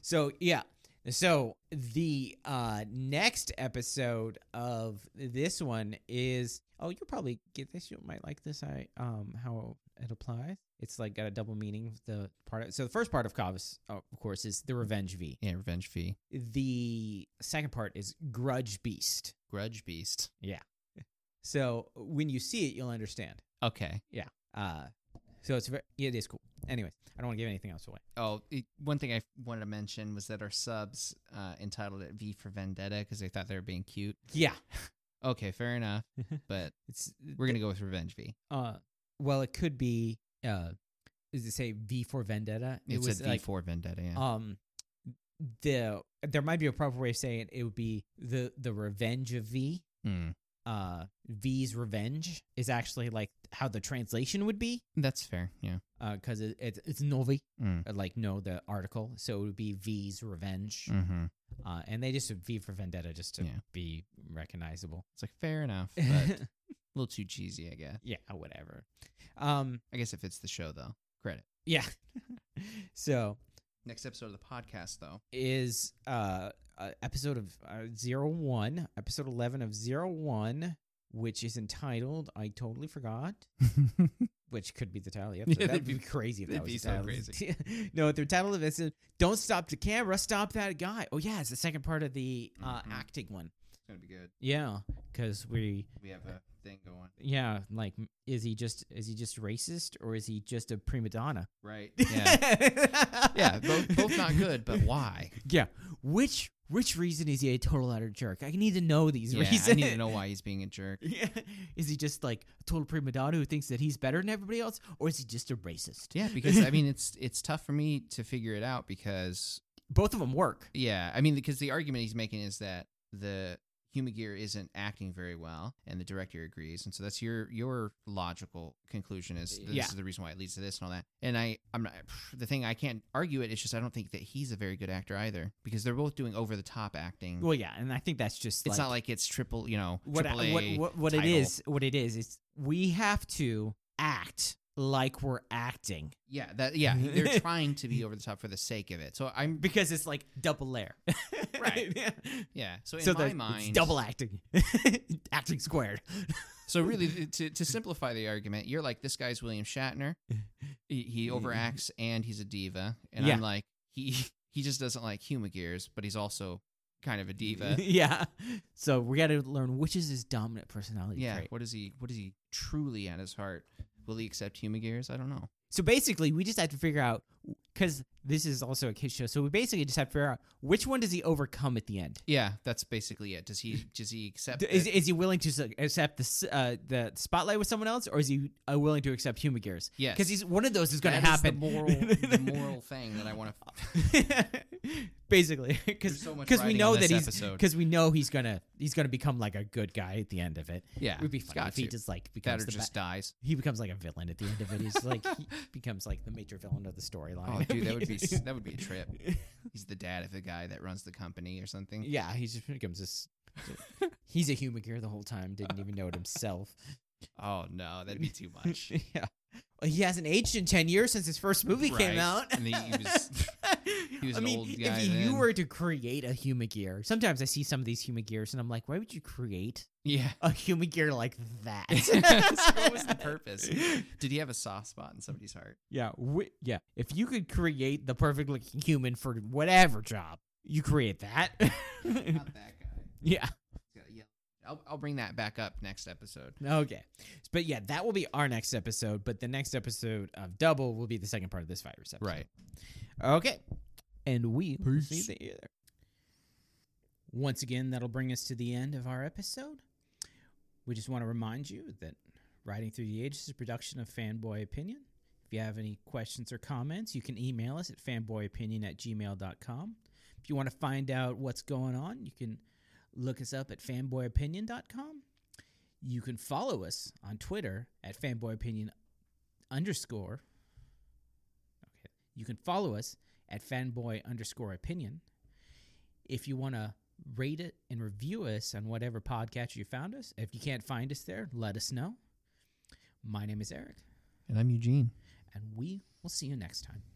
[SPEAKER 1] so yeah. So the uh, next episode of this one is "Oh, you'll probably get this. You might like this. I um how it applies. It's like got a double meaning. with The part so the first part of Kavas, of course, is the revenge V.
[SPEAKER 2] Yeah, Revenge Fee.
[SPEAKER 1] The second part is grudge beast.
[SPEAKER 2] Grudge Beast.
[SPEAKER 1] So when you see it, you'll understand.
[SPEAKER 2] Okay.
[SPEAKER 1] Uh, so it's very, it is cool. Anyways, I don't want to give anything else away.
[SPEAKER 2] Oh, it, one thing I f- wanted to mention was that our subs uh, entitled it V for Vendetta because they thought they were being cute.
[SPEAKER 1] Yeah,
[SPEAKER 2] Okay, fair enough. But
[SPEAKER 1] it's
[SPEAKER 2] we're going to go with Revenge V.
[SPEAKER 1] uh, well, it could be uh, is it say V for Vendetta? It
[SPEAKER 2] It,
[SPEAKER 1] was
[SPEAKER 2] said V
[SPEAKER 1] like,
[SPEAKER 2] for Vendetta. Yeah.
[SPEAKER 1] um, the there might be a proper way of saying it. It would be the the revenge of V.
[SPEAKER 2] Hmm.
[SPEAKER 1] Uh, V's revenge is actually like how the translation would be,
[SPEAKER 2] That's fair. Yeah.
[SPEAKER 1] uh, because it, it's it's Novi,
[SPEAKER 2] Mm.
[SPEAKER 1] uh, like no the article, so it would be V's revenge.
[SPEAKER 2] Mm-hmm.
[SPEAKER 1] Uh, and they just did V for Vendetta just to
[SPEAKER 2] Yeah.
[SPEAKER 1] be recognizable.
[SPEAKER 2] It's like fair enough, but a little too cheesy, I guess.
[SPEAKER 1] yeah, whatever. Um,
[SPEAKER 2] I guess if it's the show though. Credit.
[SPEAKER 1] yeah. so
[SPEAKER 2] Next episode of the podcast though.
[SPEAKER 1] is uh, uh episode of uh, zero one, episode eleven of zero one, which is entitled "I Totally Forgot." Which could be the title of the episode.
[SPEAKER 2] Yeah,
[SPEAKER 1] that'd
[SPEAKER 2] that'd
[SPEAKER 1] be
[SPEAKER 2] be-
[SPEAKER 1] crazy if that
[SPEAKER 2] that'd
[SPEAKER 1] was
[SPEAKER 2] be
[SPEAKER 1] the
[SPEAKER 2] so
[SPEAKER 1] title. no, the title of this is "Don't Stop the Camera, Stop That Guy." Oh yeah, it's the second part of the uh,
[SPEAKER 2] Mhm.
[SPEAKER 1] acting one.
[SPEAKER 2] it's gonna be good.
[SPEAKER 1] Yeah, because we
[SPEAKER 2] We have a thing going.
[SPEAKER 1] yeah like m- is he just is he just racist or is he just a prima donna
[SPEAKER 2] Right. Yeah. yeah. Both, both not good, but why?
[SPEAKER 1] yeah which which reason is he a total utter jerk i need to know these
[SPEAKER 2] Yeah,
[SPEAKER 1] reasons
[SPEAKER 2] I need to know why he's being a jerk.
[SPEAKER 1] yeah. is he just like a total prima donna who thinks that he's better than everybody else or is he just a racist
[SPEAKER 2] Yeah, because I mean it's it's tough for me to figure it out because
[SPEAKER 1] both of them work
[SPEAKER 2] yeah, I mean because the argument he's making is that the Humagear isn't acting very well, and the director agrees, and so that's your your logical conclusion is this
[SPEAKER 1] Yeah.
[SPEAKER 2] is the reason why it leads to this and all that. And I I'm not the thing I can't argue it. It's just I don't think that he's a very good actor either because they're both doing over the top acting.
[SPEAKER 1] well yeah and i think that's just
[SPEAKER 2] it's not like it's triple you know
[SPEAKER 1] what uh,
[SPEAKER 2] triple
[SPEAKER 1] what
[SPEAKER 2] A
[SPEAKER 1] what, what it
[SPEAKER 2] title.
[SPEAKER 1] is what it is it's we have to act like we're acting
[SPEAKER 2] yeah that yeah they're trying to be over the top for the sake of it. So I'm
[SPEAKER 1] because it's like double layer
[SPEAKER 2] Right. yeah so in
[SPEAKER 1] so
[SPEAKER 2] my
[SPEAKER 1] that
[SPEAKER 2] mind
[SPEAKER 1] it's double acting, acting squared.
[SPEAKER 2] So really, th- to to simplify the argument, you're like this guy's William Shatner. He, he overacts and he's a diva, and
[SPEAKER 1] Yeah.
[SPEAKER 2] I'm like he he just doesn't like humor gears, but he's also kind of a diva.
[SPEAKER 1] yeah. So we got to learn which is his dominant personality
[SPEAKER 2] yeah.
[SPEAKER 1] trait.
[SPEAKER 2] What is he? What is he truly at his heart? Will he accept humor gears? I don't know.
[SPEAKER 1] So basically, we just have to figure out because this is also a kids show. So we basically just have to figure out which one does he overcome at the end.
[SPEAKER 2] Yeah, that's basically it. Does he does he accept?
[SPEAKER 1] D- Is,
[SPEAKER 2] that-
[SPEAKER 1] is he willing to s- accept the s- uh, the spotlight with someone else, or is he uh, willing to accept human gears?
[SPEAKER 2] yes,
[SPEAKER 1] Because he's one of those is going
[SPEAKER 2] That
[SPEAKER 1] to happen.
[SPEAKER 2] The moral, the moral thing that I want to.
[SPEAKER 1] basically, because
[SPEAKER 2] There's so much
[SPEAKER 1] we
[SPEAKER 2] riding
[SPEAKER 1] know
[SPEAKER 2] on
[SPEAKER 1] that
[SPEAKER 2] this
[SPEAKER 1] he's
[SPEAKER 2] episode.
[SPEAKER 1] because we know he's gonna he's gonna become like a good guy at the end of it.
[SPEAKER 2] Yeah,
[SPEAKER 1] It would be
[SPEAKER 2] it's
[SPEAKER 1] funny
[SPEAKER 2] got
[SPEAKER 1] if he
[SPEAKER 2] to.
[SPEAKER 1] just like
[SPEAKER 2] that
[SPEAKER 1] becomes
[SPEAKER 2] or
[SPEAKER 1] the
[SPEAKER 2] just
[SPEAKER 1] ba-
[SPEAKER 2] dies.
[SPEAKER 1] he becomes like a villain at the end of it. He's like he becomes like the major villain of the storyline.
[SPEAKER 2] Oh, dude, that would be s- that would be a trip. He's the dad of the guy that runs the company or something.
[SPEAKER 1] yeah, he just becomes this. He's a human gear the whole time. Didn't even know it himself.
[SPEAKER 2] Oh no, that'd be too much.
[SPEAKER 1] yeah, Well, he hasn't aged in ten years since his first movie came
[SPEAKER 2] Right.
[SPEAKER 1] out.
[SPEAKER 2] And he was- he was
[SPEAKER 1] I
[SPEAKER 2] an
[SPEAKER 1] mean,
[SPEAKER 2] old guy
[SPEAKER 1] if you
[SPEAKER 2] then.
[SPEAKER 1] were to create a human gear, sometimes I see some of these human gears, and I'm like, why would you create
[SPEAKER 2] Yeah.
[SPEAKER 1] a human gear like that?
[SPEAKER 2] so what was the purpose? Did he have a soft spot in somebody's heart?
[SPEAKER 1] Yeah, wi- yeah. If you could create the perfect looking human for whatever job, you create that.
[SPEAKER 2] Not that guy.
[SPEAKER 1] yeah.
[SPEAKER 2] He's got a yellow- I'll, I'll bring that back up next episode.
[SPEAKER 1] Okay. But yeah, that will be our next episode. But the next episode of Double will be the second part of this virus episode. Okay. And we will see
[SPEAKER 2] Peace.
[SPEAKER 1] you there. Once again, that'll bring us to the end of our episode. We just want to remind you that Riding Through the Ages is a production of Fanboy Opinion. If you have any questions or comments, you can email us at fanboyopinion at gmail.com. If you want to find out what's going on, you can look us up at fanboyopinion.com. You can follow us on Twitter at fanboyopinion underscore Okay. You can follow us at fanboy underscore opinion. If you want to rate it and review us on whatever podcast you found us, if you can't find us there, let us know. My name is Eric,
[SPEAKER 2] And I'm Eugene.
[SPEAKER 1] and we will see you next time.